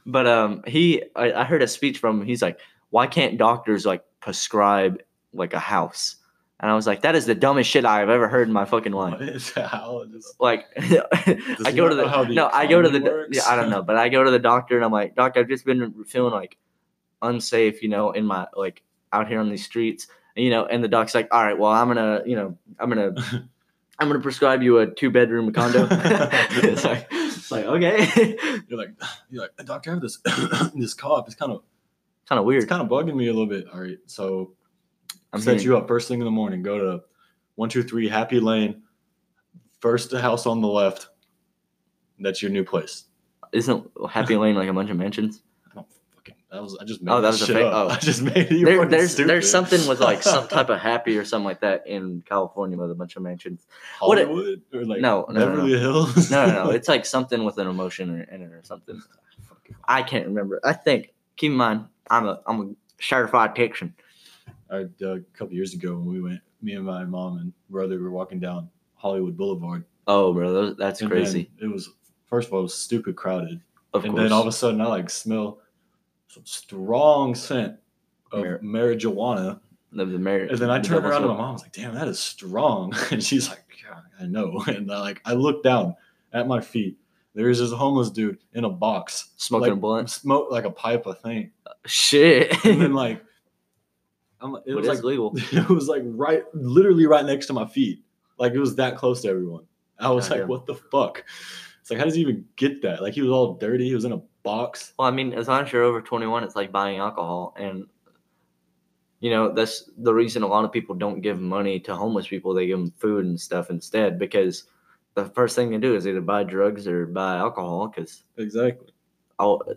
S2: but um, he, I, I heard a speech from him. He's like, "Why can't doctors like prescribe like a house. And I was like, that is the dumbest shit I've ever heard in my fucking life.
S1: What is how does-
S2: Like, I
S1: he
S2: go
S1: not
S2: to the,
S1: know how the
S2: no, I go to the
S1: economy works?
S2: yeah, I don't know, but I go to the doctor and I'm like, doctor, I've just been feeling like unsafe, you know, in my like out here on these streets, and, you know. And the doc's like, all right, well, I'm gonna, you know, I'm gonna, I'm gonna prescribe you a two bedroom condo. it's like, it's like okay,
S1: you're like you're like doctor I have this this cough. It's kind of
S2: kind of weird.
S1: it's kind of bugging me a little bit. All right, so
S2: I'm
S1: set
S2: hearing-
S1: you up first thing in the morning. Go to one two three Happy Lane, first house on the left. That's your new place.
S2: Isn't Happy Lane like a bunch of mansions?
S1: I don't fucking. That was I just made
S2: Oh,
S1: that,
S2: that was a
S1: shit
S2: fake-
S1: up.
S2: oh.
S1: I just made it. You're
S2: There,
S1: fucking
S2: there's
S1: stupid.
S2: there's something with like some type of happy or something like that in California with a bunch of mansions. what it-
S1: Hollywood or like
S2: No, no, no, no.
S1: Beverly Hills.
S2: No, no, no. It's like something with an emotion or, in it or something. I can't remember. I think. Keep in mind, I'm a I'm a certified Texan.
S1: I, uh, a couple years ago when we went, me and my mom and brother were walking down Hollywood Boulevard.
S2: Oh, bro, those, that's
S1: and
S2: crazy.
S1: then It was first of all, it was stupid crowded,
S2: Of
S1: and
S2: course.
S1: then all of a sudden I like smell some strong scent of
S2: Mar-
S1: marijuana,
S2: the, the marriage.
S1: and then I turned around to my mom. I was like, "Damn, that is strong," and she's like, "Yeah, I know." And I like I looked down at my feet. There's this homeless dude in a box
S2: smoking
S1: like,
S2: a blunt.
S1: smoke like a pipe, I think.
S2: Shit.
S1: And then like, I'm, it
S2: But
S1: was
S2: it's
S1: like
S2: legal.
S1: it was like right, literally right next to my feet. Like it was that close to everyone. I was like,
S2: Goddamn.
S1: what the fuck? It's like, how does he even get that? Like he was all dirty. He was in a box.
S2: Well, I mean, as long as you're over 21, it's like buying alcohol. And, you know, that's the reason a lot of people don't give money to homeless people. They give them food and stuff instead because the first thing they do is either buy drugs or buy alcohol because
S1: Exactly.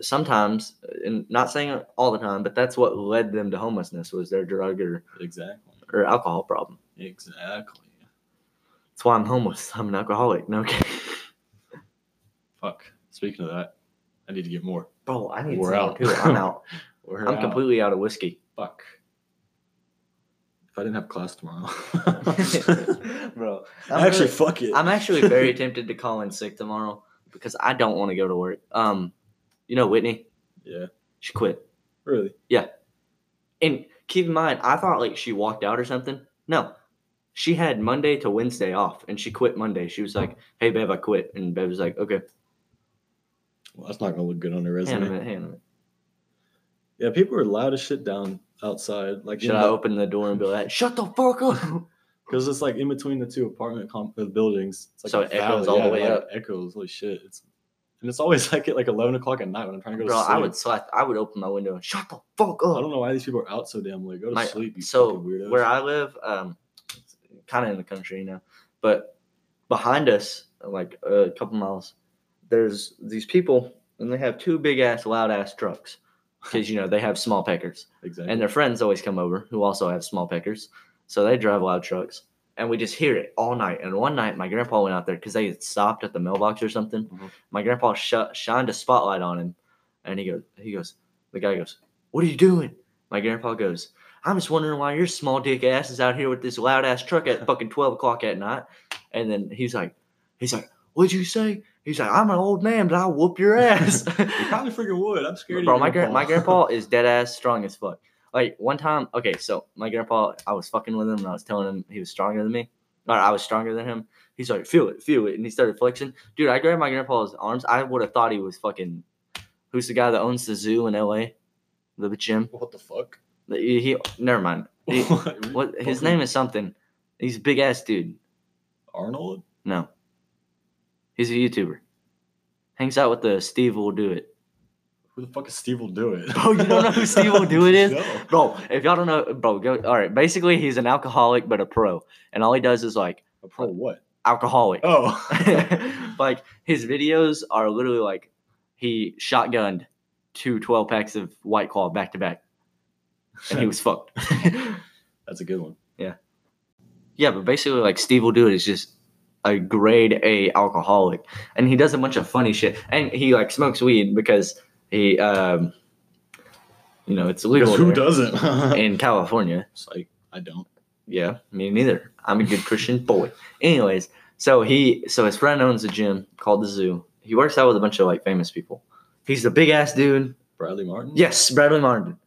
S2: sometimes, and not saying all the time, but that's what led them to homelessness was their drug or,
S1: Exactly.
S2: or alcohol problem.
S1: Exactly.
S2: That's why I'm homeless. I'm an alcoholic. No, okay.
S1: Fuck. Speaking of that, I need to get more.
S2: Bro, I need
S1: We're
S2: some more,
S1: out.
S2: too. I'm out.
S1: We're
S2: I'm
S1: out.
S2: completely out of whiskey.
S1: fuck. If I didn't have class tomorrow,
S2: Bro, I'm
S1: actually,
S2: really-
S1: fuck it.
S2: I'm actually very tempted to call in sick tomorrow because I don't want to go to work. Um, you know Whitney,
S1: yeah.
S2: she quit.
S1: Really.
S2: And keep in mind, I thought like she walked out or something. No, she had Monday to Wednesday off, and she quit Monday. She was like, "Hey, babe, I quit," and babe was like, "Okay,
S1: Well, that's not gonna look good on the
S2: hang on
S1: resume.
S2: a minute, hang on a minute."
S1: Yeah, people are loud as shit down outside. Like,
S2: Should I open the door and be like, "Shut the fuck up"?
S1: Because it's like in between the two apartment comp- uh, buildings. It's like
S2: So
S1: a
S2: it echoes
S1: valley,
S2: all the
S1: yeah,
S2: way
S1: like
S2: up.
S1: Echoes, holy shit! It's and it's always like at like eleven o'clock at night when I'm trying to go
S2: Bro,
S1: to sleep.
S2: I would slap. I would open my window and shut the fuck
S1: I
S2: up.
S1: don't know why these people are out so damn late. Go to
S2: My-
S1: sleep, you
S2: so
S1: fucking weirdos.
S2: where I live, um, kind of in the country, you know, but behind us, like a couple miles, there's these people, and they have two big ass, loud ass trucks, because you know they have small peckers,
S1: exactly.
S2: and their friends always come over who also have small peckers, so they drive loud trucks, and we just hear it all night. And one night, my grandpa went out there because they had stopped at the mailbox or something.
S1: Mhm.
S2: My grandpa sh- shined a spotlight on him, and he goes, he goes, the guy goes, "What are you doing?" My grandpa goes, "I'm just wondering why your small dick ass is out here with this loud ass truck at fucking twelve o'clock at night." And then he's like, he's like, "What'd you say?" He's like, "I'm an old man, but I'll whoop your ass."
S1: you probably freaking would. I'm scared.
S2: Bro,
S1: of
S2: my
S1: your
S2: grand my grandpa is dead ass strong as fuck. Like one time, okay, so my grandpa, I was fucking with him and I was telling him he was stronger than me. Or I was stronger than him. He's like, feel it, feel it. And he started flexing. Dude, I grabbed my grandpa's arms. I would have thought he was fucking who's the guy that owns the zoo in LA? The gym.
S1: what the fuck?
S2: The- He, he- never mind. He-
S1: What?
S2: what his
S1: Fucking
S2: name is something. He's a big ass dude.
S1: Arnold?
S2: No. He's a YouTuber. Hangs out with the Steve will do it.
S1: Who the fuck is Steve will do it?
S2: Oh, you don't know who Steve Will Do It is?
S1: No.
S2: bro. If y'all don't know, bro, go. All right, basically, he's an alcoholic but a pro, and all he does is like
S1: A pro what?
S2: alcoholic.
S1: Oh,
S2: like his videos are literally like he shotgunned two 12 packs of White Claw back to back, and he was fucked.
S1: that's a good one.
S2: yeah, but basically, like Steve will do it is just a grade A alcoholic, and he does a bunch of funny shit, and he like smokes weed because he, um, you know, it's illegal
S1: Because who
S2: there
S1: doesn't?
S2: in California.
S1: it's like I don't.
S2: Yeah, me neither. I'm a good Christian boy. Anyways, so he, so his friend owns a gym called the Zoo. He works out with a bunch of like famous people. He's the big ass dude.
S1: Bradley Martin.
S2: Yes, Bradley Martin.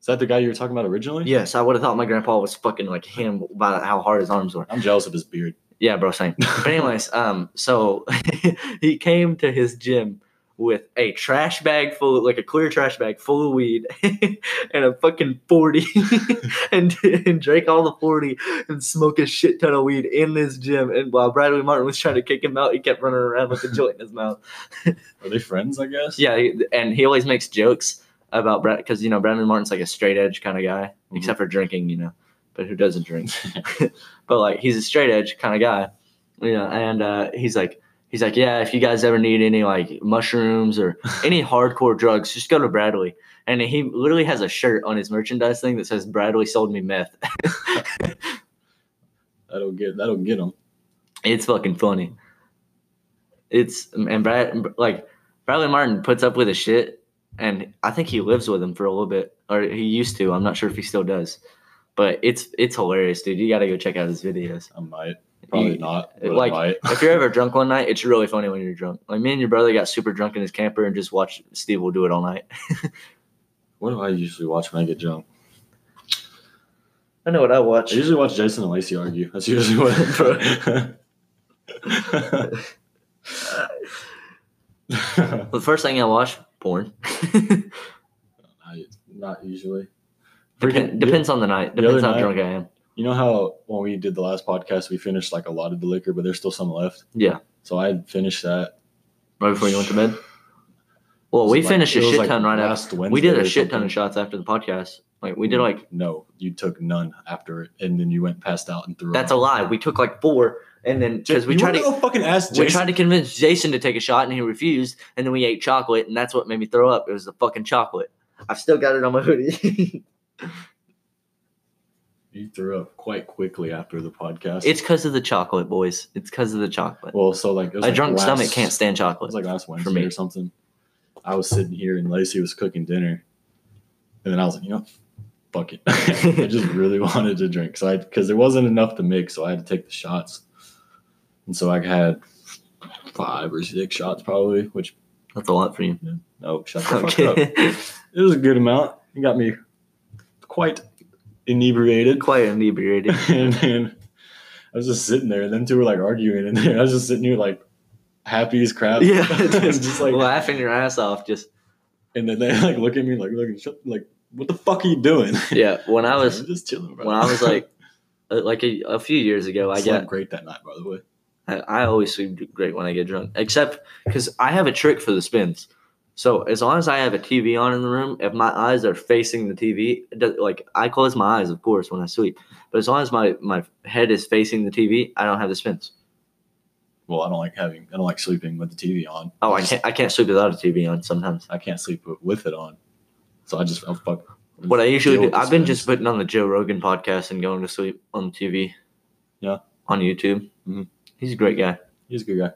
S1: Is that the guy you were talking about originally?
S2: Yes, I would have thought my grandpa was fucking like him about how hard his arms were.
S1: I'm jealous of his beard.
S2: Yeah, bro, same. But anyways, um, so he came to his gym with a trash bag full of like a clear trash bag full of weed and a fucking 40 and, and drank all the 40 and smoked a shit ton of weed in this gym and while Bradley Martin was trying to kick him out he kept running around with a joint in his mouth
S1: Are they friends? I guess.
S2: yeah, he- and he always makes jokes about Brad because you know Brandon Martin's like a straight edge kind of guy,
S1: Mhm.
S2: except for drinking, you know. But who doesn't drink? but like he's a straight edge kind of guy, you know. And uh, he's like, he's like, yeah. If you guys ever need any like mushrooms or any hardcore drugs, just go to Bradley. And he literally has a shirt on his merchandise thing that says Bradley sold me meth.
S1: That'll get that'll get him.
S2: It's fucking funny. It's and Brad like Bradley Martin puts up with his shit, and I think he lives with him for a little bit, or he used to. I'm not sure if he still does, but it's it's hilarious, dude. You got to go check out his videos.
S1: I might. Probably
S2: You-
S1: not. But
S2: uh, like-
S1: I might.
S2: if you're ever drunk one night, it's really funny when you're drunk. Like me and your brother got super drunk in his camper and just watched Steve will do it all night.
S1: What do I usually watch when I get drunk?
S2: I know what I watch.
S1: I usually watch Jason and Lacey argue. That's usually what. I,
S2: The first thing I watch, porn.
S1: not usually.
S2: Depend,
S1: Freaking-
S2: depends on the night.
S1: the other
S2: Depends how
S1: night-
S2: drunk I am.
S1: You know how when we did the last podcast, we finished like a lot of the liquor, but there's still some left.
S2: Yeah.
S1: So I finished that.
S2: Right before you went to bed. Well, we
S1: Like,
S2: finished
S1: it
S2: a
S1: was,
S2: shit
S1: like,
S2: ton right after.
S1: last Wednesday.
S2: we did
S1: or
S2: a shit ton
S1: something.
S2: of shots after the podcast. Like we did like
S1: No, you took none after it, and then you went passed out and threw.
S2: that's a
S1: up.
S2: lie. We took like four, and then because we
S1: You
S2: tried
S1: wanna
S2: to
S1: go fucking ask
S2: we
S1: Jason.
S2: tried to convince Jason to take a shot, and he refused. And then we ate chocolate, and that's what made me throw up. It was the fucking chocolate. I've still got it on my hoodie.
S1: you threw up quite quickly after the podcast.
S2: it's because of the chocolate, boys. It's because of the chocolate.
S1: well, so like it was
S2: a
S1: like
S2: drunk
S1: last-
S2: stomach can't stand
S1: It
S2: chocolate.
S1: was like last Wednesday
S2: me.
S1: or something. I was sitting here and Lacey was cooking dinner, and then I was like, you know, fuck it. I just really wanted to drink, so I because there wasn't enough to mix, so I had to take the shots, and so I had five or six shots probably. Which
S2: that's a lot for you.
S1: no, shut the fuck up.
S2: Okay,
S1: It was a good amount. It got me quite inebriated.
S2: quite inebriated.
S1: and then I was just sitting there, and them two were like arguing, and then I was just sitting here like happy as crap.
S2: yeah,
S1: And
S2: just,
S1: just like,
S2: laughing your ass off. Just
S1: and then they like look at me like, look, shut, like, what the fuck are you doing?
S2: yeah. When I was
S1: I'm just chilling, bro.
S2: when I was like uh, like a, a few years ago, I
S1: slept
S2: got
S1: great that night, by the way.
S2: I, I always sleep great when I get drunk, except because I have a trick for the spins. So as long as I have a TV on in the room, if my eyes are facing the TV, it does- like I close my eyes, of course, when I sleep. But as long as my my head is facing the TV, I don't have the spins.
S1: Well, I don't like having, I don't like sleeping with the TV on.
S2: Oh, I
S1: just-
S2: can't I can't sleep without a TV on sometimes.
S1: I can't sleep with- with it on. So I just, I'll fuck.
S2: What I usually
S1: deal
S2: do,
S1: with the
S2: I've been
S1: spins.
S2: just putting on the Joe Rogan podcast and going to sleep on TV.
S1: Yeah.
S2: on YouTube.
S1: Mhm.
S2: He's a great guy,
S1: He's a good guy.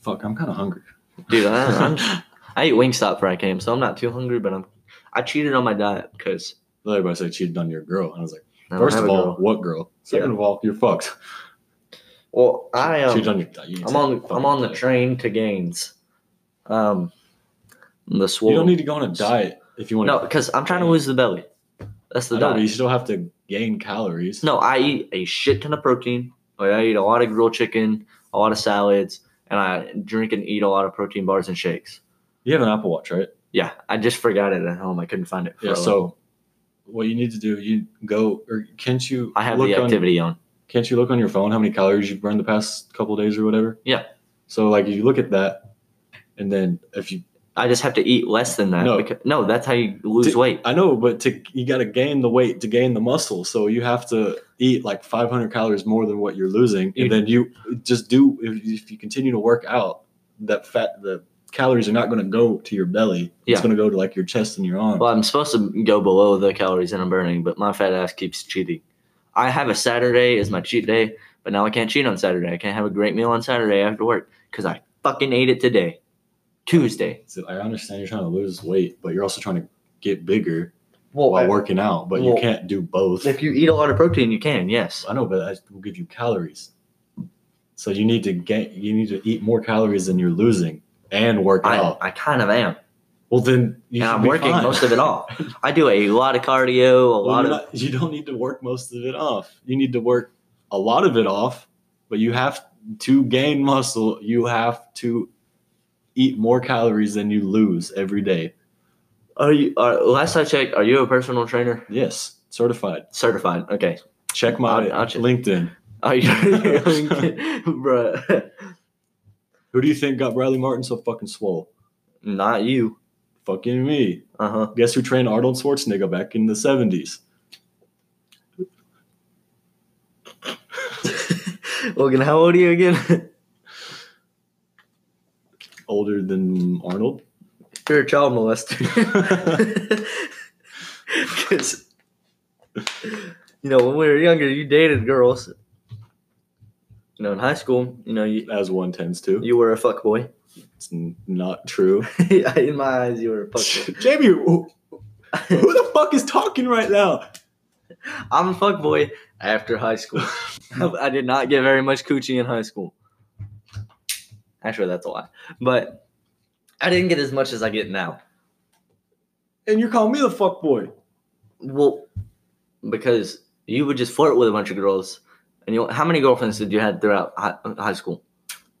S1: Fuck, I'm kind of hungry.
S2: dude. I, I'm, I ate Wingstop before I came, so I'm not too hungry. But I'm I cheated on my diet because
S1: Everybody said cheated on your girl, and I was like. First of all, what girl? Second
S2: Yeah.
S1: of all, you're fucked.
S2: Well, I am.
S1: She's on your, you need
S2: I'm
S1: to
S2: on.
S1: fucking
S2: I'm on the
S1: diet.
S2: train to gains. Um, the swole.
S1: You don't need to go on a diet if you want
S2: no,
S1: to.
S2: because I'm trying to lose the belly. That's the
S1: I know, but you
S2: diet.
S1: still have to gain calories.
S2: No, I eat a shit ton of protein. Like I eat a lot of grilled chicken, a lot of salads, and I drink and eat a lot of protein bars and shakes.
S1: You have an Apple Watch, right?
S2: Yeah, I just forgot it at home. I couldn't find it. For
S1: Yeah.
S2: a while.
S1: So, what you need to do, you go or can't you?
S2: I have
S1: look
S2: the
S1: on,
S2: activity on.
S1: Can't you look on your phone how many calories you've burned the past couple days or whatever?
S2: Yeah.
S1: So like, you look at that, and then if you,
S2: I just have to eat less than that.
S1: No.
S2: becau- no, that's how you lose
S1: Did-
S2: weight.
S1: I know, but to you got to gain the weight to gain the muscle, so you have to eat like 500 calories more than what you're losing,
S2: You-
S1: and then you just do if, if you continue to work out, that fat the calories are not going to go to your belly. It's
S2: Yeah.
S1: going to go to like your chest and your arm.
S2: Well, I'm supposed to go below the calories that I'm burning, but my fat ass keeps cheating. I have a Saturday as my cheat day, but now I can't cheat on Saturday. I can't have a great meal on Saturday after work because I fucking ate it today, Tuesday.
S1: So I understand you're trying to lose weight, but you're also trying to get bigger
S2: Well,
S1: while working out, but you
S2: well,
S1: can't do both.
S2: if you eat a lot of protein, you can. Yes,
S1: I know, but that will give you calories. So you need to get you need to eat more calories than you're losing and work
S2: I,
S1: out.
S2: I kind of am.
S1: Well, then you
S2: and
S1: should
S2: I'm
S1: be
S2: working
S1: fine.
S2: most of it off. I do a lot of cardio, a
S1: Well,
S2: lot
S1: you're
S2: of
S1: not- you don't need to work most of it off. You need to work a lot of it off, but you have to gain muscle. You have to eat more calories than you lose every day.
S2: Are you? Are, last I checked, are you a personal trainer?
S1: Yes, certified.
S2: Certified. Okay.
S1: Check my
S2: I'll- I'll check.
S1: LinkedIn.
S2: Are you, bruh?
S1: Who do you think got Bradley Martin so fucking swole?
S2: Not you.
S1: Fucking me.
S2: Uh huh.
S1: Guess who trained Arnold Schwarzenegger back in the 70s?
S2: Logan, how old are you again?
S1: Older than Arnold?
S2: You're a child molester. Because you know when we were younger, you dated girls. You know, in high school, you know you
S1: As one tends to.
S2: you were a fuck boy.
S1: It's n- not true.
S2: in my eyes, you were a fuck boy.
S1: Jamie, who, who the fuck is talking right now?
S2: I'm a fuck boy after high school. I did not get very much coochie in high school. Actually, that's a lie. But I didn't get as much as I get now.
S1: And you're calling me the fuck boy.
S2: Well, because you would just flirt with a bunch of girls, and you how many girlfriends did you have throughout high, high school?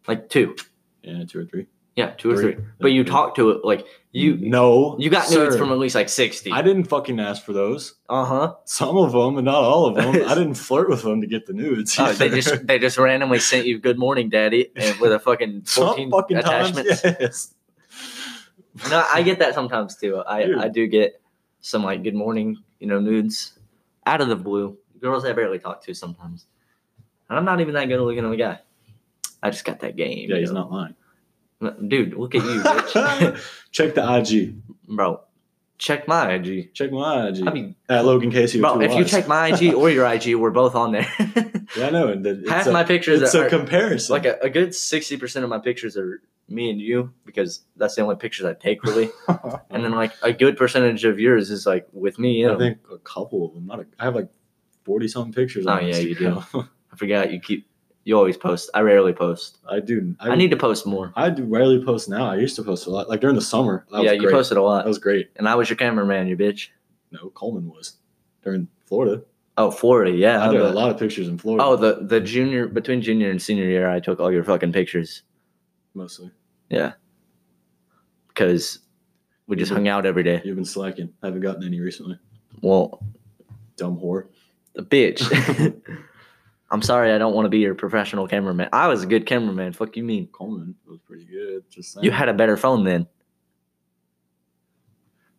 S2: Like two,
S1: Yeah, two or three.
S2: yeah, two or
S1: Three.
S2: three. But you talked to it like you
S1: no,
S2: you got
S1: sir.
S2: nudes from at least like sixty.
S1: I didn't fucking ask for those.
S2: Uh huh.
S1: Some of them, and not all of them. I didn't flirt with them to get the nudes.
S2: Oh, they
S1: either.
S2: just they just randomly sent you "Good morning, Daddy" and with a fucking
S1: some
S2: fourteen
S1: fucking
S2: attachments.
S1: times. Yes.
S2: No, I get that sometimes too. I,
S1: Dude.
S2: I do get some like good morning, you know, nudes out of the blue. Girls I barely talk to sometimes. And I'm not even that good looking of a guy. I just got that game.
S1: Yeah,
S2: you
S1: he's
S2: know?
S1: not lying.
S2: Dude, look at you, bitch.
S1: Check the IG.
S2: bro, check my IG.
S1: Check my IG.
S2: I mean,
S1: At Logan Casey. with
S2: bro,
S1: two
S2: if you
S1: Ys.
S2: check my IG or your IG, we're both on there.
S1: yeah, I know. and that- It's
S2: Half
S1: a,
S2: my pictures
S1: it's
S2: are,
S1: a comparison.
S2: like a, a good 60% of my pictures are me and you because that's the only pictures I take really. and then like a good percentage of yours is like with me.
S1: I
S2: and
S1: think a couple of them. Not a, I have like forty something pictures.
S2: Oh,
S1: on
S2: yeah, you
S1: Instagram.
S2: I forgot you keep you always post. I rarely post.
S1: I do. I,
S2: I need to post more.
S1: I do rarely post now. I used to post a lot, like during the summer. That
S2: yeah,
S1: was
S2: you
S1: great.
S2: posted a
S1: That
S2: lot,
S1: was great.
S2: and I was your cameraman, you bitch.
S1: No, Coleman was during Florida.
S2: Oh, Florida, yeah.
S1: I did a
S2: but-
S1: lot of pictures in Florida,
S2: Oh, the the junior between junior and senior year, I took all your fucking pictures
S1: mostly.
S2: because we just hung out every day.
S1: You've been slacking. I haven't gotten any recently.
S2: Well,
S1: Dumb whore.
S2: the bitch. I'm sorry, I don't want to be your professional cameraman. I was a good cameraman. Fuck you mean?
S1: Coleman was pretty good. Just saying.
S2: You had a better phone then.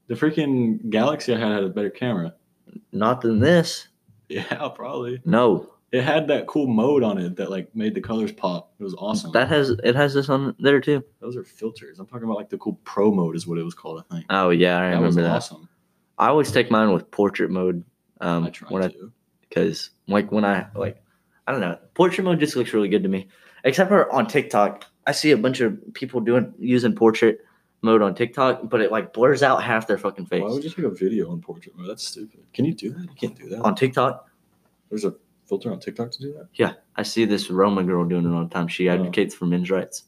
S1: the freaking Galaxy. I had had a better camera.
S2: Not than this.
S1: Yeah, probably.
S2: No,
S1: It had that cool mode on it that like made the colors pop. It was awesome.
S2: that has it has this on there too.
S1: Those are filters. I'm talking about like the cool pro mode is what it was called. I think.
S2: Oh yeah, I
S1: that was
S2: remember that.
S1: awesome.
S2: I always take mine with portrait mode. Um,
S1: I tried
S2: when I
S1: to.
S2: because like when I like I don't know portrait mode just looks really good to me. Except for on TikTok, I see a bunch of people doing using portrait mode on TikTok, but it like blurs out half their fucking face
S1: Why would you take a video on portrait mode? That's stupid. Can you do that? You can't do that.
S2: on TikTok.
S1: There's a filter on TikTok to do that.
S2: I see this Roma girl doing it all the time. She
S1: Oh.
S2: advocates for men's rights.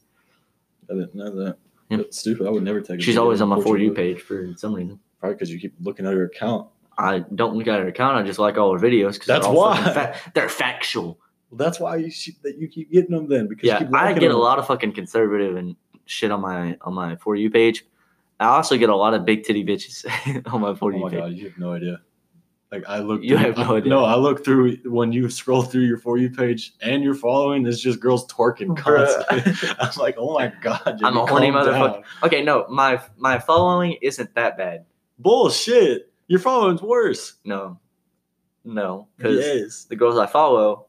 S1: I didn't know that.
S2: Yeah.
S1: That's stupid. I would never take. a
S2: She's
S1: video
S2: always on my for
S1: portrait
S2: you
S1: mode.
S2: page for some reason.
S1: Probably because you keep looking at her account.
S2: I don't look at her account. I just like all her videos because
S1: That's
S2: they're all
S1: why.
S2: fucking fa- they're factual.
S1: Well, that's why you she, that you keep getting them then because you
S2: yeah,
S1: keep
S2: I
S1: liking
S2: get a
S1: them.
S2: lot of fucking conservative and shit on my on my for you page. I also get a lot of big titty bitches on my for
S1: Oh
S2: you
S1: my
S2: page.
S1: god, you have no idea. Like I look,
S2: You have no
S1: I,
S2: idea.
S1: No, I look through when you scroll through your for you page and you're following. It's just girls twerking
S2: Bruh.
S1: constantly. I'm like, oh my god,
S2: I'm a
S1: Jimmy,
S2: horny
S1: calm
S2: motherfucker.
S1: down.
S2: Okay, no, my my following isn't that bad.
S1: Bullshit. Your following's worse.
S2: No, no, because
S1: Yes.
S2: the girls I follow,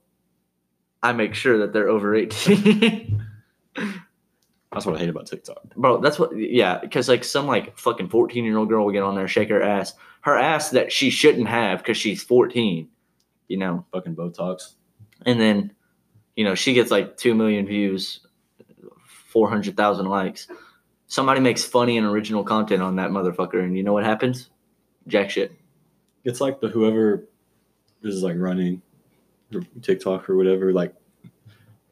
S2: I make sure that they're over eighteen.
S1: That's what I hate about TikTok.
S2: Bro, that's what. Yeah, because like some like fucking fourteen year old girl will get on there, shake her ass, her ass that she shouldn't have because she's fourteen, you know.
S1: Fucking Botox.
S2: and then you know she gets like 2 million views 400,000 likes somebody makes funny and original content on that motherfucker and you know what happens jack shit
S1: It's like the whoever is like running or TikTok or whatever, like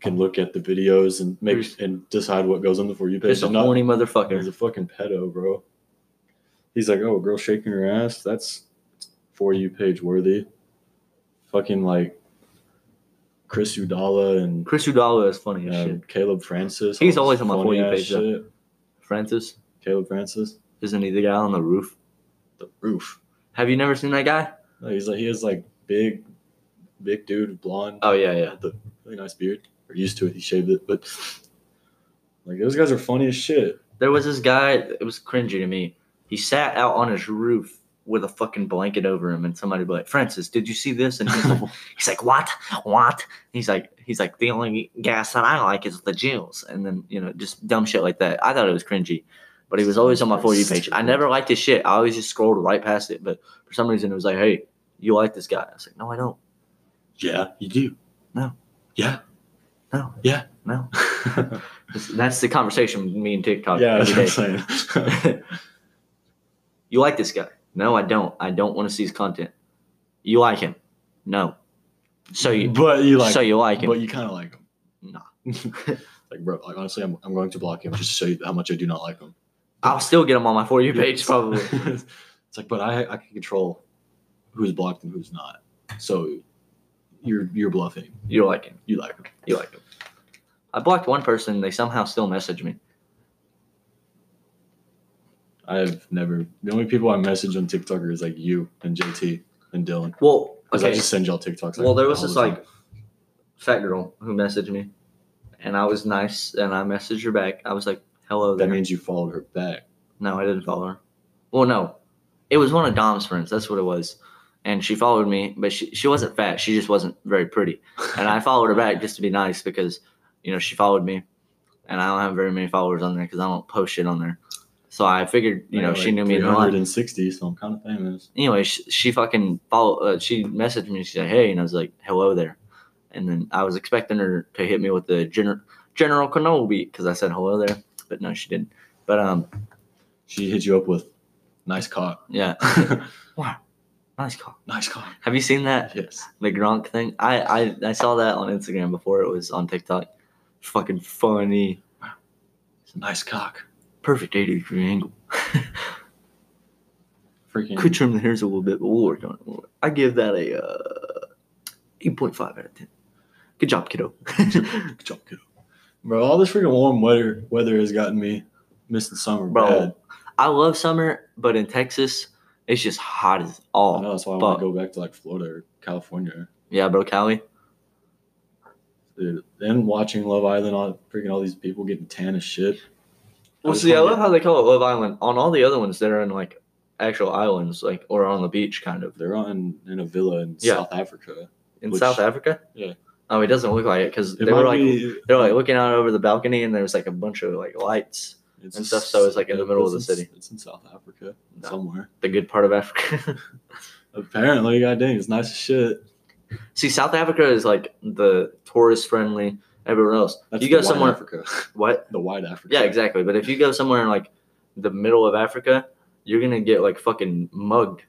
S1: can look at the videos and make
S2: Who's-
S1: and decide what goes on the for you page.
S2: just a
S1: and not-
S2: horny
S1: He's
S2: motherfucker
S1: a fucking pedo, bro. He's like, oh, a girl shaking her ass. That's for you page worthy. Fucking like Chris Udala and
S2: Chris Udala is funny
S1: you
S2: as
S1: know,
S2: shit.
S1: Caleb Francis.
S2: He's
S1: all
S2: always
S1: this
S2: on my For
S1: funny
S2: You
S1: ass
S2: page, though.
S1: shit.
S2: Francis,
S1: Caleb Francis,
S2: isn't he the guy on the roof?
S1: the roof.
S2: Have you never seen that guy?
S1: No, he's like he is like big, big dude, blonde,
S2: Oh yeah, yeah.
S1: the really nice beard. Or used to it, he shaved it, but like those guys are funny as shit.
S2: There was this guy. It was cringy to me. He sat out on his roof with a fucking blanket over him, and somebody be like, "Francis, did you see this?" And he's like, he's like, "What? What?" He's like, he's like, "The only gas that I like is the Jills," and then you know, just dumb shit like that. I thought it was cringy, but he was always on my for you page. I never liked his shit. I always just scrolled right past it, but for some reason, it was like, "Hey, you like this guy?" I was like, "No, I don't.
S1: yeah, you do.
S2: No.
S1: Yeah.
S2: No,
S1: Yeah.
S2: no."
S1: yeah,
S2: That's- That's the conversation me and TikTok.
S1: that's
S2: every
S1: what I'm
S2: day.
S1: saying.
S2: you like this guy? No, I don't. I don't want to see his content. You like him? No. So you,
S1: but you like
S2: so you like him?
S1: but you kind of like him.
S2: Nah.
S1: like, bro, like, honestly, I'm, I'm going to block him just to show you how much I do not like him.
S2: I'll still get him on my for you page probably.
S1: it's like, but I, I can control who's blocked and who's not. So you're you're bluffing.
S2: You like him?
S1: You like him.
S2: You like him? I blocked one person. They somehow still message me.
S1: I've never. The only people I message on TikTok are is like you and JT and Dylan.
S2: Well,
S1: Because I
S2: okay.
S1: just send y'all TikToks.
S2: Well, there was
S1: all
S2: this
S1: the time.
S2: like fat girl who messaged me, and I was nice, and I messaged her back. I was like, "Hello."
S1: That
S2: there."
S1: means you followed her back.
S2: No, I didn't follow her. Well, no, it was one of Dom's friends. That's what it was. And she followed me, but she, she wasn't fat. She just wasn't very pretty. And I followed her back just to be nice because, you know, she followed me. And I don't have very many followers on there because I don't post shit on there. So I figured, you know, she knew me in real life
S1: 160, so I'm kind of famous.
S2: anyway, she, she fucking follow. Uh, she messaged me. She said, "Hey," and I was like, "Hello there." And then I was expecting her to hit me with the gener- General Kenobi because I said hello there, but no, she didn't. But um,
S1: She hit you up with nice cock.
S2: yeah, nice call.
S1: nice cock.
S2: Have you seen that
S1: Yes.
S2: the Gronk thing? I, I I saw that on Instagram before it was on TikTok. Fucking funny,
S1: Nice cock.
S2: perfect 80 degree angle.
S1: Freaking.
S2: Could trim the hairs a little bit, but we'll work on it. I give that a uh, 8.5 out of 10. Good job, kiddo.
S1: Good job, kiddo. Bro, all this freaking warm weather weather has gotten me missing summer,
S2: Bro,
S1: bad.
S2: I love summer, but in Texas, it's just hot as all.
S1: I know that's why I
S2: oh, fuck.
S1: want to go back to like Florida or California.
S2: Yeah, bro, Cali.
S1: Dude, then watching Love Island, all freaking all these people getting tan as shit.
S2: Well,
S1: just
S2: see, I
S1: wanna
S2: love
S1: get-
S2: how they call it Love Island. On all the other ones that are in like actual islands, like or on the beach, kind of
S1: They're on in a villa in
S2: Yeah.
S1: South Africa.
S2: in
S1: Which-
S2: South Africa.
S1: Yeah.
S2: Oh, it doesn't look like it because
S1: It
S2: they were
S1: might
S2: like
S1: be-
S2: they were like looking out over the balcony, and there was like a bunch of like lights.
S1: it's
S2: and
S1: a
S2: stuff, so it's, like, in the middle of
S1: it's
S2: the
S1: in-
S2: city.
S1: It's in South Africa
S2: No.
S1: somewhere.
S2: The good part of Africa.
S1: Apparently, god dang, it's nice as shit.
S2: see, South Africa is like the tourist friendly. Everywhere else,
S1: That's
S2: you
S1: the
S2: go
S1: white
S2: somewhere.
S1: Africa.
S2: What?
S1: The white Africa.
S2: Yeah, exactly. But if you go somewhere in like the middle of Africa, you're gonna get like fucking mugged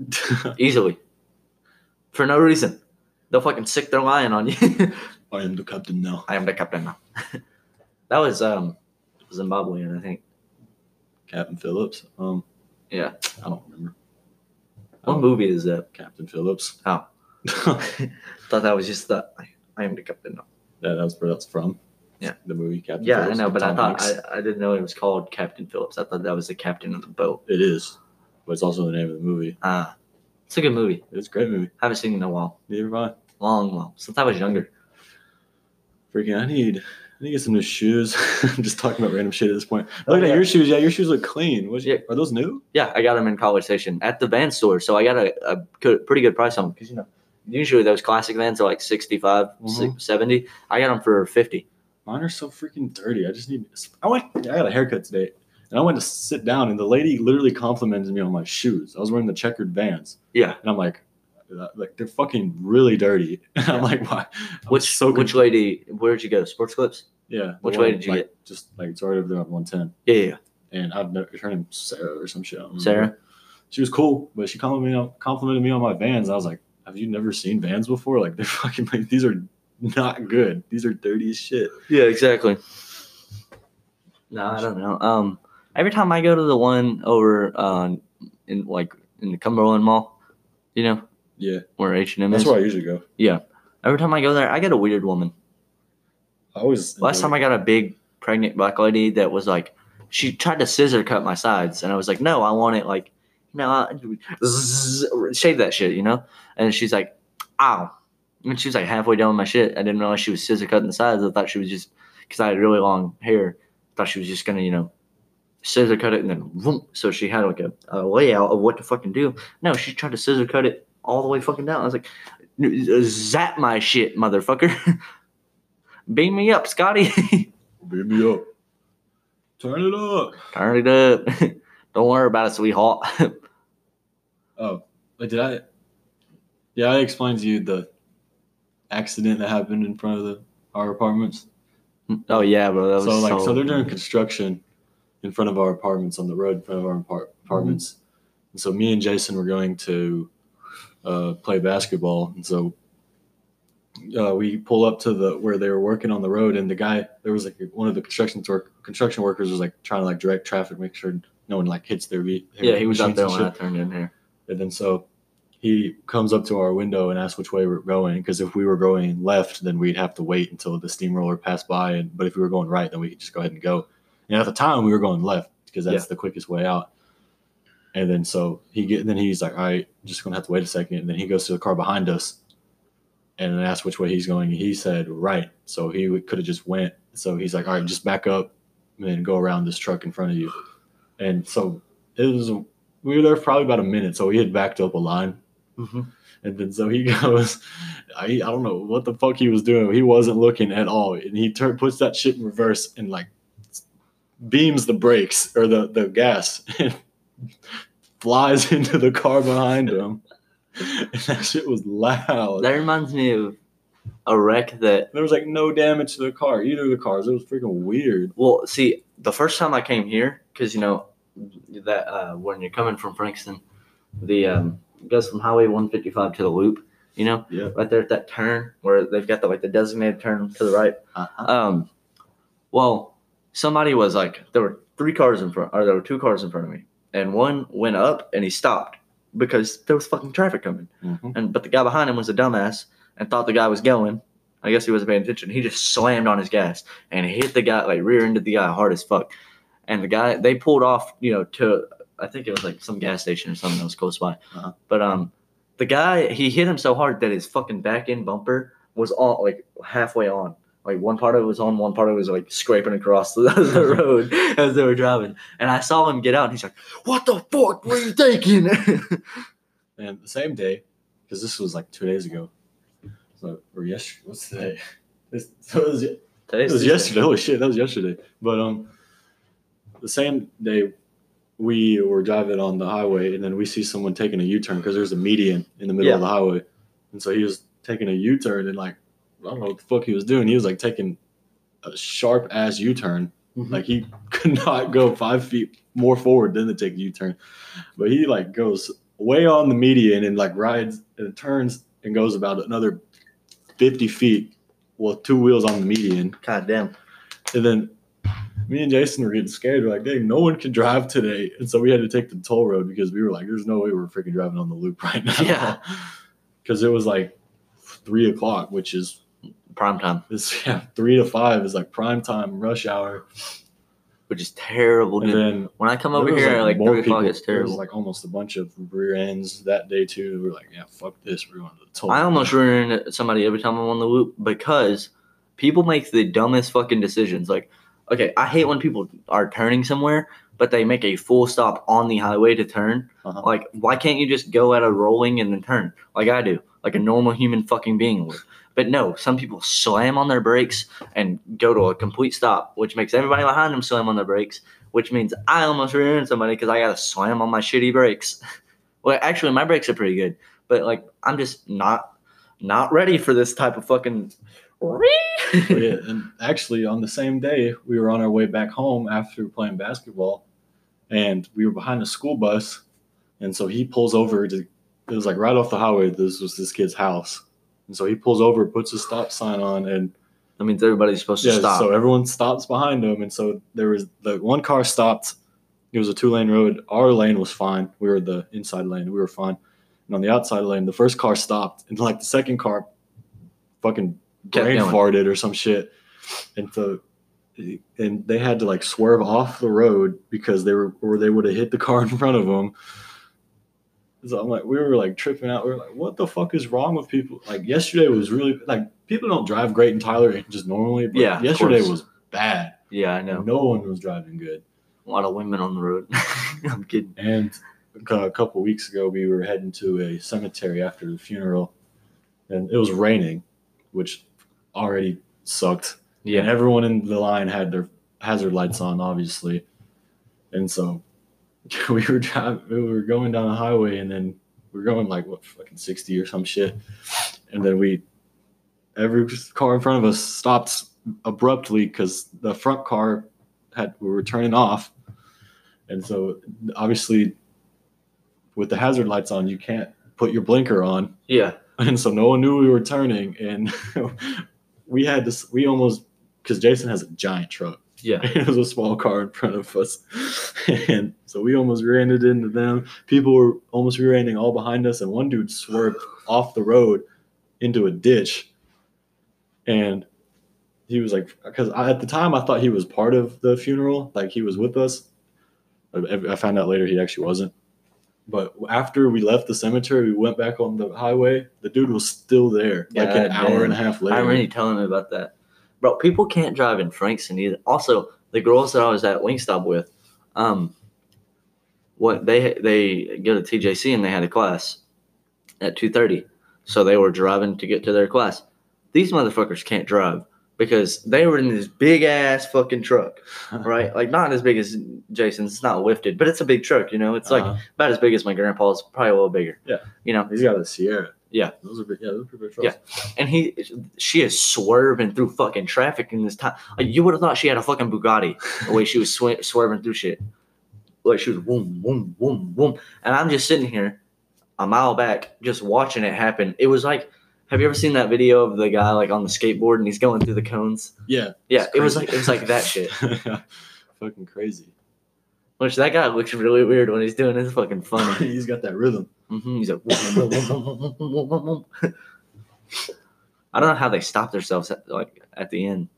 S1: exactly.
S2: easily for no reason. They'll fucking sick their lion on you.
S1: I am the captain now.
S2: I am the captain now. that was um Zimbabwean, I think.
S1: Captain Phillips. Um,
S2: Yeah.
S1: I don't remember. Um, Oh.
S2: What movie is that?
S1: Captain Phillips.
S2: Oh.
S1: yeah,
S2: Thought that was just the I, I am the captain now.
S1: that's where that's from.
S2: Yeah.
S1: The movie Captain
S2: Yeah, I
S1: Phillips
S2: know,
S1: with
S2: but I
S1: Tom
S2: thought
S1: Hanks.
S2: I, I didn't know it was called Captain Phillips. I thought that was the captain of the boat.
S1: It is. But it's also the name of the movie.
S2: Ah, it's a good movie.
S1: It's a great movie.
S2: Haven't seen it in a while,
S1: Neither have I.
S2: long, long since I was younger.
S1: Freaking, I need, I need to get some new shoes. I'm just talking about random shit at this point. I looked
S2: Oh, yeah.
S1: at your shoes. Yeah, your shoes look clean. What
S2: Yeah.
S1: Are those new?
S2: Yeah, I got them in College Station at the van store, so I got a, a good, pretty good price on them because you know usually those classic vans are like 65
S1: Mhm.
S2: 70 i got them for 50
S1: Mine are so freaking dirty. I just need. I went. I got a haircut today, and I went to sit down, and the lady literally complimented me on my shoes. I was wearing the checkered Vans,
S2: yeah
S1: and I'm like, uh, like they're fucking really dirty. And I'm like, why? I was
S2: which
S1: so
S2: which lady where'd you go sports clips
S1: Yeah. the
S2: Which way
S1: one,
S2: did you
S1: like, Just like it's right over there on 110.
S2: yeah yeah, yeah.
S1: And I've never her name's Sarah or some shit. I don't remember.
S2: sarah
S1: She was cool, but she complimented me on, complimented me on my vans. I was like, have you never seen vans before? Like they're fucking like these are not good. These are dirty as shit.
S2: yeah exactly no i don't know um Every time I go to the one over uh, in like in the Cumberland Mall, you know,
S1: Yeah.
S2: where H and M
S1: That's
S2: is.
S1: where I usually go.
S2: Every time I go there, I get a weird woman.
S1: I always
S2: Last time I got a big pregnant black lady that was like, she tried to scissor cut my sides, and I was like, no, I want it like, no, I, zzz, shave that shit, you know. And she's like, ow. And she was like halfway down my shit. I didn't realize she was scissor cutting the sides. I thought she was just because I had really long hair. thought she was just gonna, you know, scissor cut it and then vroom. So she had like a, a layout of what to fucking do. No, she tried to scissor cut it all the way fucking down. I was like, "N- zap my shit, motherfucker. Beam me up, Scotty.
S1: beat me up. Turn it up.
S2: Turn it up. Don't worry about it, sweetheart.
S1: Oh, wait, did I? Yeah, I explained to you the accident that happened in front of the our apartments.
S2: oh yeah, bro. That was
S1: So like, so, they're doing construction in front of our apartments on the road in front of our apart- apartments. And so me and Jason were going to uh, play basketball, and so uh, we pull up to the where they were working on the road, and the guy there was like one of the construction work construction workers was like trying to like direct traffic, make sure no one like hits their ve- their
S2: yeah, he was out
S1: machines
S2: there
S1: and
S2: when
S1: shit.
S2: I turned in here.
S1: And then so he comes up to our window and asks which way we're going because if we were going left, then we'd have to wait until the steamroller passed by. And but if we were going right, then we could just go ahead and go. And at the time, we were going left because that's
S2: Yeah.
S1: the quickest way out. And then so he get, then he's like, "All right, just gonna have to wait a second. And then he goes to the car behind us, and then asked which way he's going. He said right, so he could have just went. So he's like, "All right, just back up and then go around this truck in front of you." And so it was we were there for probably about a minute, so we had backed up a line. And then so he goes, I, I don't know what the fuck he was doing. He wasn't looking at all. And he turn, puts that shit in reverse and like beams the brakes or the, the gas and flies into the car behind him. And that shit was loud.
S2: That reminds me of a wreck that
S1: there was like no damage to the car, either of the cars. It was freaking weird.
S2: Well, see, the first time I came here, because you know that uh, when you're coming from Frankston, the um, goes from Highway 155 to the Loop. You know,
S1: Yeah.
S2: right there at that turn where they've got the like the designated turn to the right. Um, well, somebody was like, there were three cars in front, or there were two cars in front of me, and one went up and he stopped because there was fucking traffic coming.
S1: Mhm.
S2: And but the guy behind him was a dumbass and thought the guy was going. I guess he wasn't paying attention. He just slammed on his gas and hit the guy like rear ended the guy hard as fuck. And the guy they pulled off, you know, to I think it was like some gas station or something that was close by.
S1: Uh-huh.
S2: But um, the guy he hit him so hard that his fucking back end bumper was on like halfway on. Like one part of it was on, one part of it was like scraping across the, the road as they were driving. And I saw him get out, and he's like, "What the fuck were you thinking?"
S1: And the same day, because this was like two days ago. So, or yesterday. What's today? This, so it was
S2: Today's
S1: It was
S2: Tuesday.
S1: yesterday. Holy shit, that was yesterday. But um, the same day we were driving on the highway, and then we see someone taking a U turn because there's a median in the middle of the highway, and so he was taking a U turn and like I don't know what the fuck he was doing. He was like taking a sharp ass U turn.
S2: Mhm.
S1: Like he could not go five feet more forward than to take a U turn, but he like goes way on the median and like rides and turns and goes about another fifty feet with two wheels on the median.
S2: God damn.
S1: And then me and Jason were getting scared. We're like, dang, no one can drive today. And so we had to take the toll road because we were like, there's no way we're freaking driving on the loop right now.
S2: Yeah.
S1: Because it was like three o'clock, which is
S2: Prime time,
S1: this yeah, three to five is like prime time rush hour.
S2: which is terrible,
S1: And
S2: dude.
S1: then
S2: when I come over
S1: there was,
S2: here at like
S1: more
S2: three o'clock,
S1: people.
S2: it's
S1: There was,
S2: terrible.
S1: like almost a bunch of rear ends that day too. We were like, yeah, fuck this. We're going to the toll.
S2: I almost run into somebody every time I'm on the loop because people make the dumbest fucking decisions. Like, okay, I hate when people are turning somewhere, but they make a full stop on the highway to turn.
S1: Uh-huh.
S2: Like, why can't you just go at a rolling and then turn like I do, like a normal human fucking being would? But no, some people slam on their brakes and go to a complete stop, which makes everybody behind them slam on their brakes, which means I almost rear end somebody because I got to slam on my shitty brakes. well, actually, my brakes are pretty good, but like I'm just not not ready for this type of fucking.
S1: But yeah, and actually, on the same day, we were on our way back home after playing basketball, and we were behind a school bus, and so he pulls over to. It was like right off the highway. This was this kid's house, and so he pulls over, puts a stop sign on, and
S2: That means everybody's supposed to
S1: yeah,
S2: stop.
S1: so everyone stops behind him, and so there was the one car stopped, It was a two lane road. Our lane was fine. We were the inside lane. We were fine. And on the outside lane, the first car stopped, and like the second car, fucking
S2: Kept
S1: brain
S2: going.
S1: farted or some shit, and so and they had to like swerve off the road because they were or they would have hit the car in front of them. So I'm like, we were like tripping out. We were like, what the fuck is wrong with people? Like yesterday was really like people don't drive great in Tyler just normally. But
S2: Yeah, of
S1: yesterday
S2: course.
S1: was bad.
S2: Yeah, I know.
S1: No one was driving good.
S2: A lot of women on the road. I'm kidding.
S1: And a couple weeks ago, we were heading to a cemetery after the funeral, and it was raining, which already sucked. And everyone in the line had their hazard lights on, obviously. And so we were driving, we were going down the highway, and then we were going like what fucking sixty or some shit, and then we every car in front of us stopped abruptly because the front car had we were turning off, and so obviously with the hazard lights on, you can't put your blinker on
S2: Yeah.
S1: and so no one knew we were turning and we had this we almost because jason has a giant truck
S2: Yeah.
S1: it was a small car in front of us and so we almost ran it into them people were almost rear-ending all behind us and one dude swerved off the road into a ditch and he was like because at the time i thought he was part of the funeral like he was with us I- i found out later he actually wasn't but after we left the cemetery, we went back on the highway. The dude was still there, like
S2: God
S1: an hour and a
S2: damn.
S1: half later.
S2: I remember you telling me about that. Bro, people can't drive in Frankston either. Also, the girls that I was at Wingstop with, um, what they they go to TJC and they had a class at two thirty, so they were driving to get to their class. These motherfuckers can't drive because they were in this big ass fucking truck, right? like not as big as Jason's. It's not lifted, but it's a big truck. You know, it's like
S1: Uh-huh.
S2: about as big as my grandpa's, probably a little bigger.
S1: Yeah.
S2: you know,
S1: he's got a Sierra.
S2: Yeah.
S1: those are big- yeah, those are pretty big
S2: Yeah.
S1: trucks.
S2: and he she is swerving through fucking traffic in this time. Like you would have thought she had a fucking Bugatti the way she was sw- swerving through shit. Like she was boom, boom, boom, boom, and I'm just sitting here a mile back just watching it happen. It was like, have you ever seen that video of the guy like on the skateboard and he's going through the cones?
S1: Yeah,
S2: Yeah,
S1: it's
S2: it was
S1: crazy.
S2: like it was like that shit.
S1: fucking crazy.
S2: Which that guy looks really weird when he's doing it. It's fucking funny.
S1: he's got that rhythm.
S2: hmm He's like, "Whoom, whoom, whoom, whoom, whoom, whoom, whoom." I don't know how they stop themselves at, like at the end.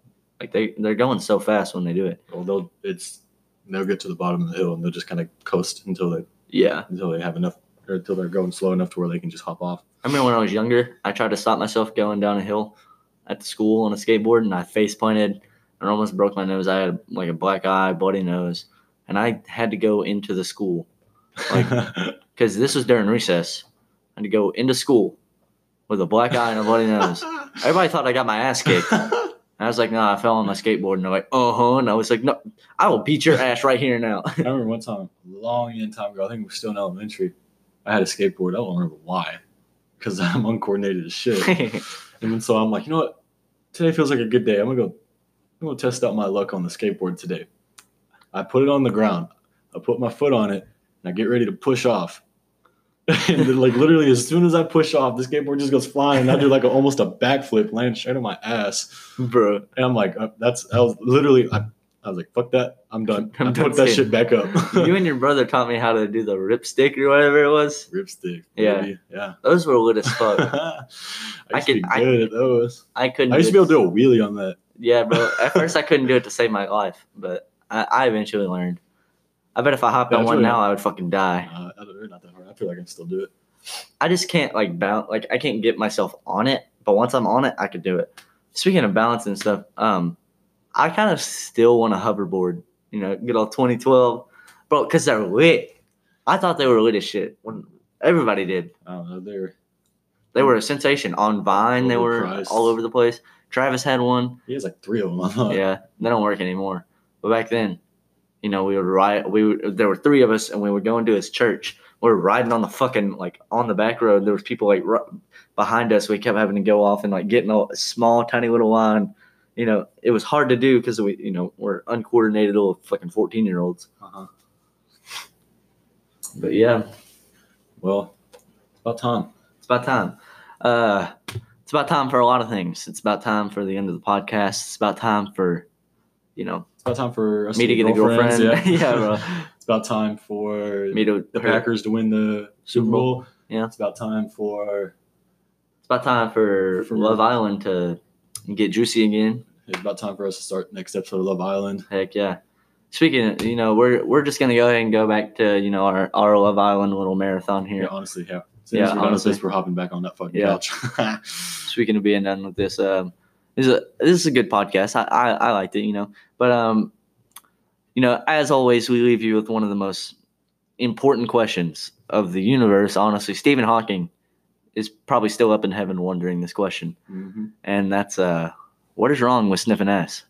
S2: Like they they're going so fast when they do it.
S1: Well, they'll it's they'll get to the bottom of the hill and they'll just kind of coast until they
S2: Yeah,
S1: until they have enough or until they're going slow enough to where they can just hop off.
S2: I remember when I was younger, I tried to stop myself going down a hill at the school on a skateboard, and I face planted and almost broke my nose. I had like a black eye, bloody nose, and I had to go into the school Like- because this was during recess. I had to go into school with a black eye and a bloody nose. Everybody thought I got my ass kicked. And I was like, no, I fell on my skateboard. And they're like, uh huh. And I was like, no, I will beat your ass right here and now.
S1: I remember one time, a long end time ago, I think we were still in elementary. I had a skateboard. I don't remember why, because I'm uncoordinated as shit. and then so I'm like, you know what? Today feels like a good day. I'm gonna go. I'm gonna test out my luck on the skateboard today. I put it on the ground. I put my foot on it, and I get ready to push off. and then, like literally, as soon as I push off, the skateboard just goes flying, and I do like a, almost a backflip, land straight on my ass.
S2: Bro,
S1: And I'm like, uh, that's I was literally, I, I was like, fuck that, I'm done.
S2: I'm
S1: i
S2: done
S1: put that
S2: skating.
S1: shit back up.
S2: you and your brother taught me how to do the ripstick or whatever it was.
S1: Ripstick.
S2: Yeah.
S1: maybe, yeah.
S2: Those were lit as fuck.
S1: I
S2: I
S1: used to be
S2: could- I-
S1: good at those.
S2: I couldn't.
S1: I used to be
S2: do
S1: able
S2: it-
S1: to do a wheelie on that.
S2: Yeah, bro. At first, I couldn't do it to save my life, but I, I eventually learned. I bet if I hopped
S1: Yeah,
S2: on
S1: it's
S2: one
S1: really-
S2: now, I would fucking die.
S1: Uh, I don't, not that hard. I feel like I can still do it.
S2: I just can't like bounce. Like I can't get myself on it. But once I'm on it, I could do it. Speaking of balance and stuff, um, I kind of still want a hoverboard. You know, good old 2012, bro, because they're lit. I thought they were lit as shit when everybody did.
S1: I don't know. They're
S2: They were a sensation on Vine. They were
S1: Overpriced.
S2: all over the place. Travis had one.
S1: he has like three of them. I thought.
S2: Yeah, they don't work anymore. But back then, you know, we would ride. We would, there were three of us, and we were going to his church. We were riding on the fucking like on the back road. There was people like r- behind us. We kept having to go off and like getting a small, tiny little line. You know, it was hard to do because we, you know, we're uncoordinated little fucking fourteen year olds.
S1: Uh-huh.
S2: But yeah,
S1: Well, about time.
S2: It's about time. Uh, it's about time for a lot of things. It's about time for the end of the podcast. It's about time for you know,
S1: It's about time for us
S2: me to get a girlfriend.
S1: Yeah,
S2: yeah, bro.
S1: It's about time for
S2: Me to
S1: the
S2: her-
S1: Packers to win the Super
S2: Super Bowl.
S1: Bowl.
S2: Yeah.
S1: It's about time for
S2: It's about time for,
S1: For-
S2: Love Island to get juicy again.
S1: it's about time for us to start next episode of Love Island.
S2: Heck yeah. Speaking, of, you know, we're we're just gonna go ahead and go back to you know our, our Love Island little marathon
S1: Yeah,
S2: here.
S1: honestly, yeah. As soon as
S2: Yeah,
S1: we're done with
S2: honestly.
S1: this, we're hopping back on that fucking
S2: Yeah.
S1: couch.
S2: Speaking of being done with this, um, this is a this is a good podcast. I, I I liked it, you know. But um, you know, as always, we leave you with one of the most important questions of the universe. Honestly, Stephen Hawking is probably still up in heaven wondering this question,
S1: Mhm.
S2: and that's uh, what is wrong with sniffing ass?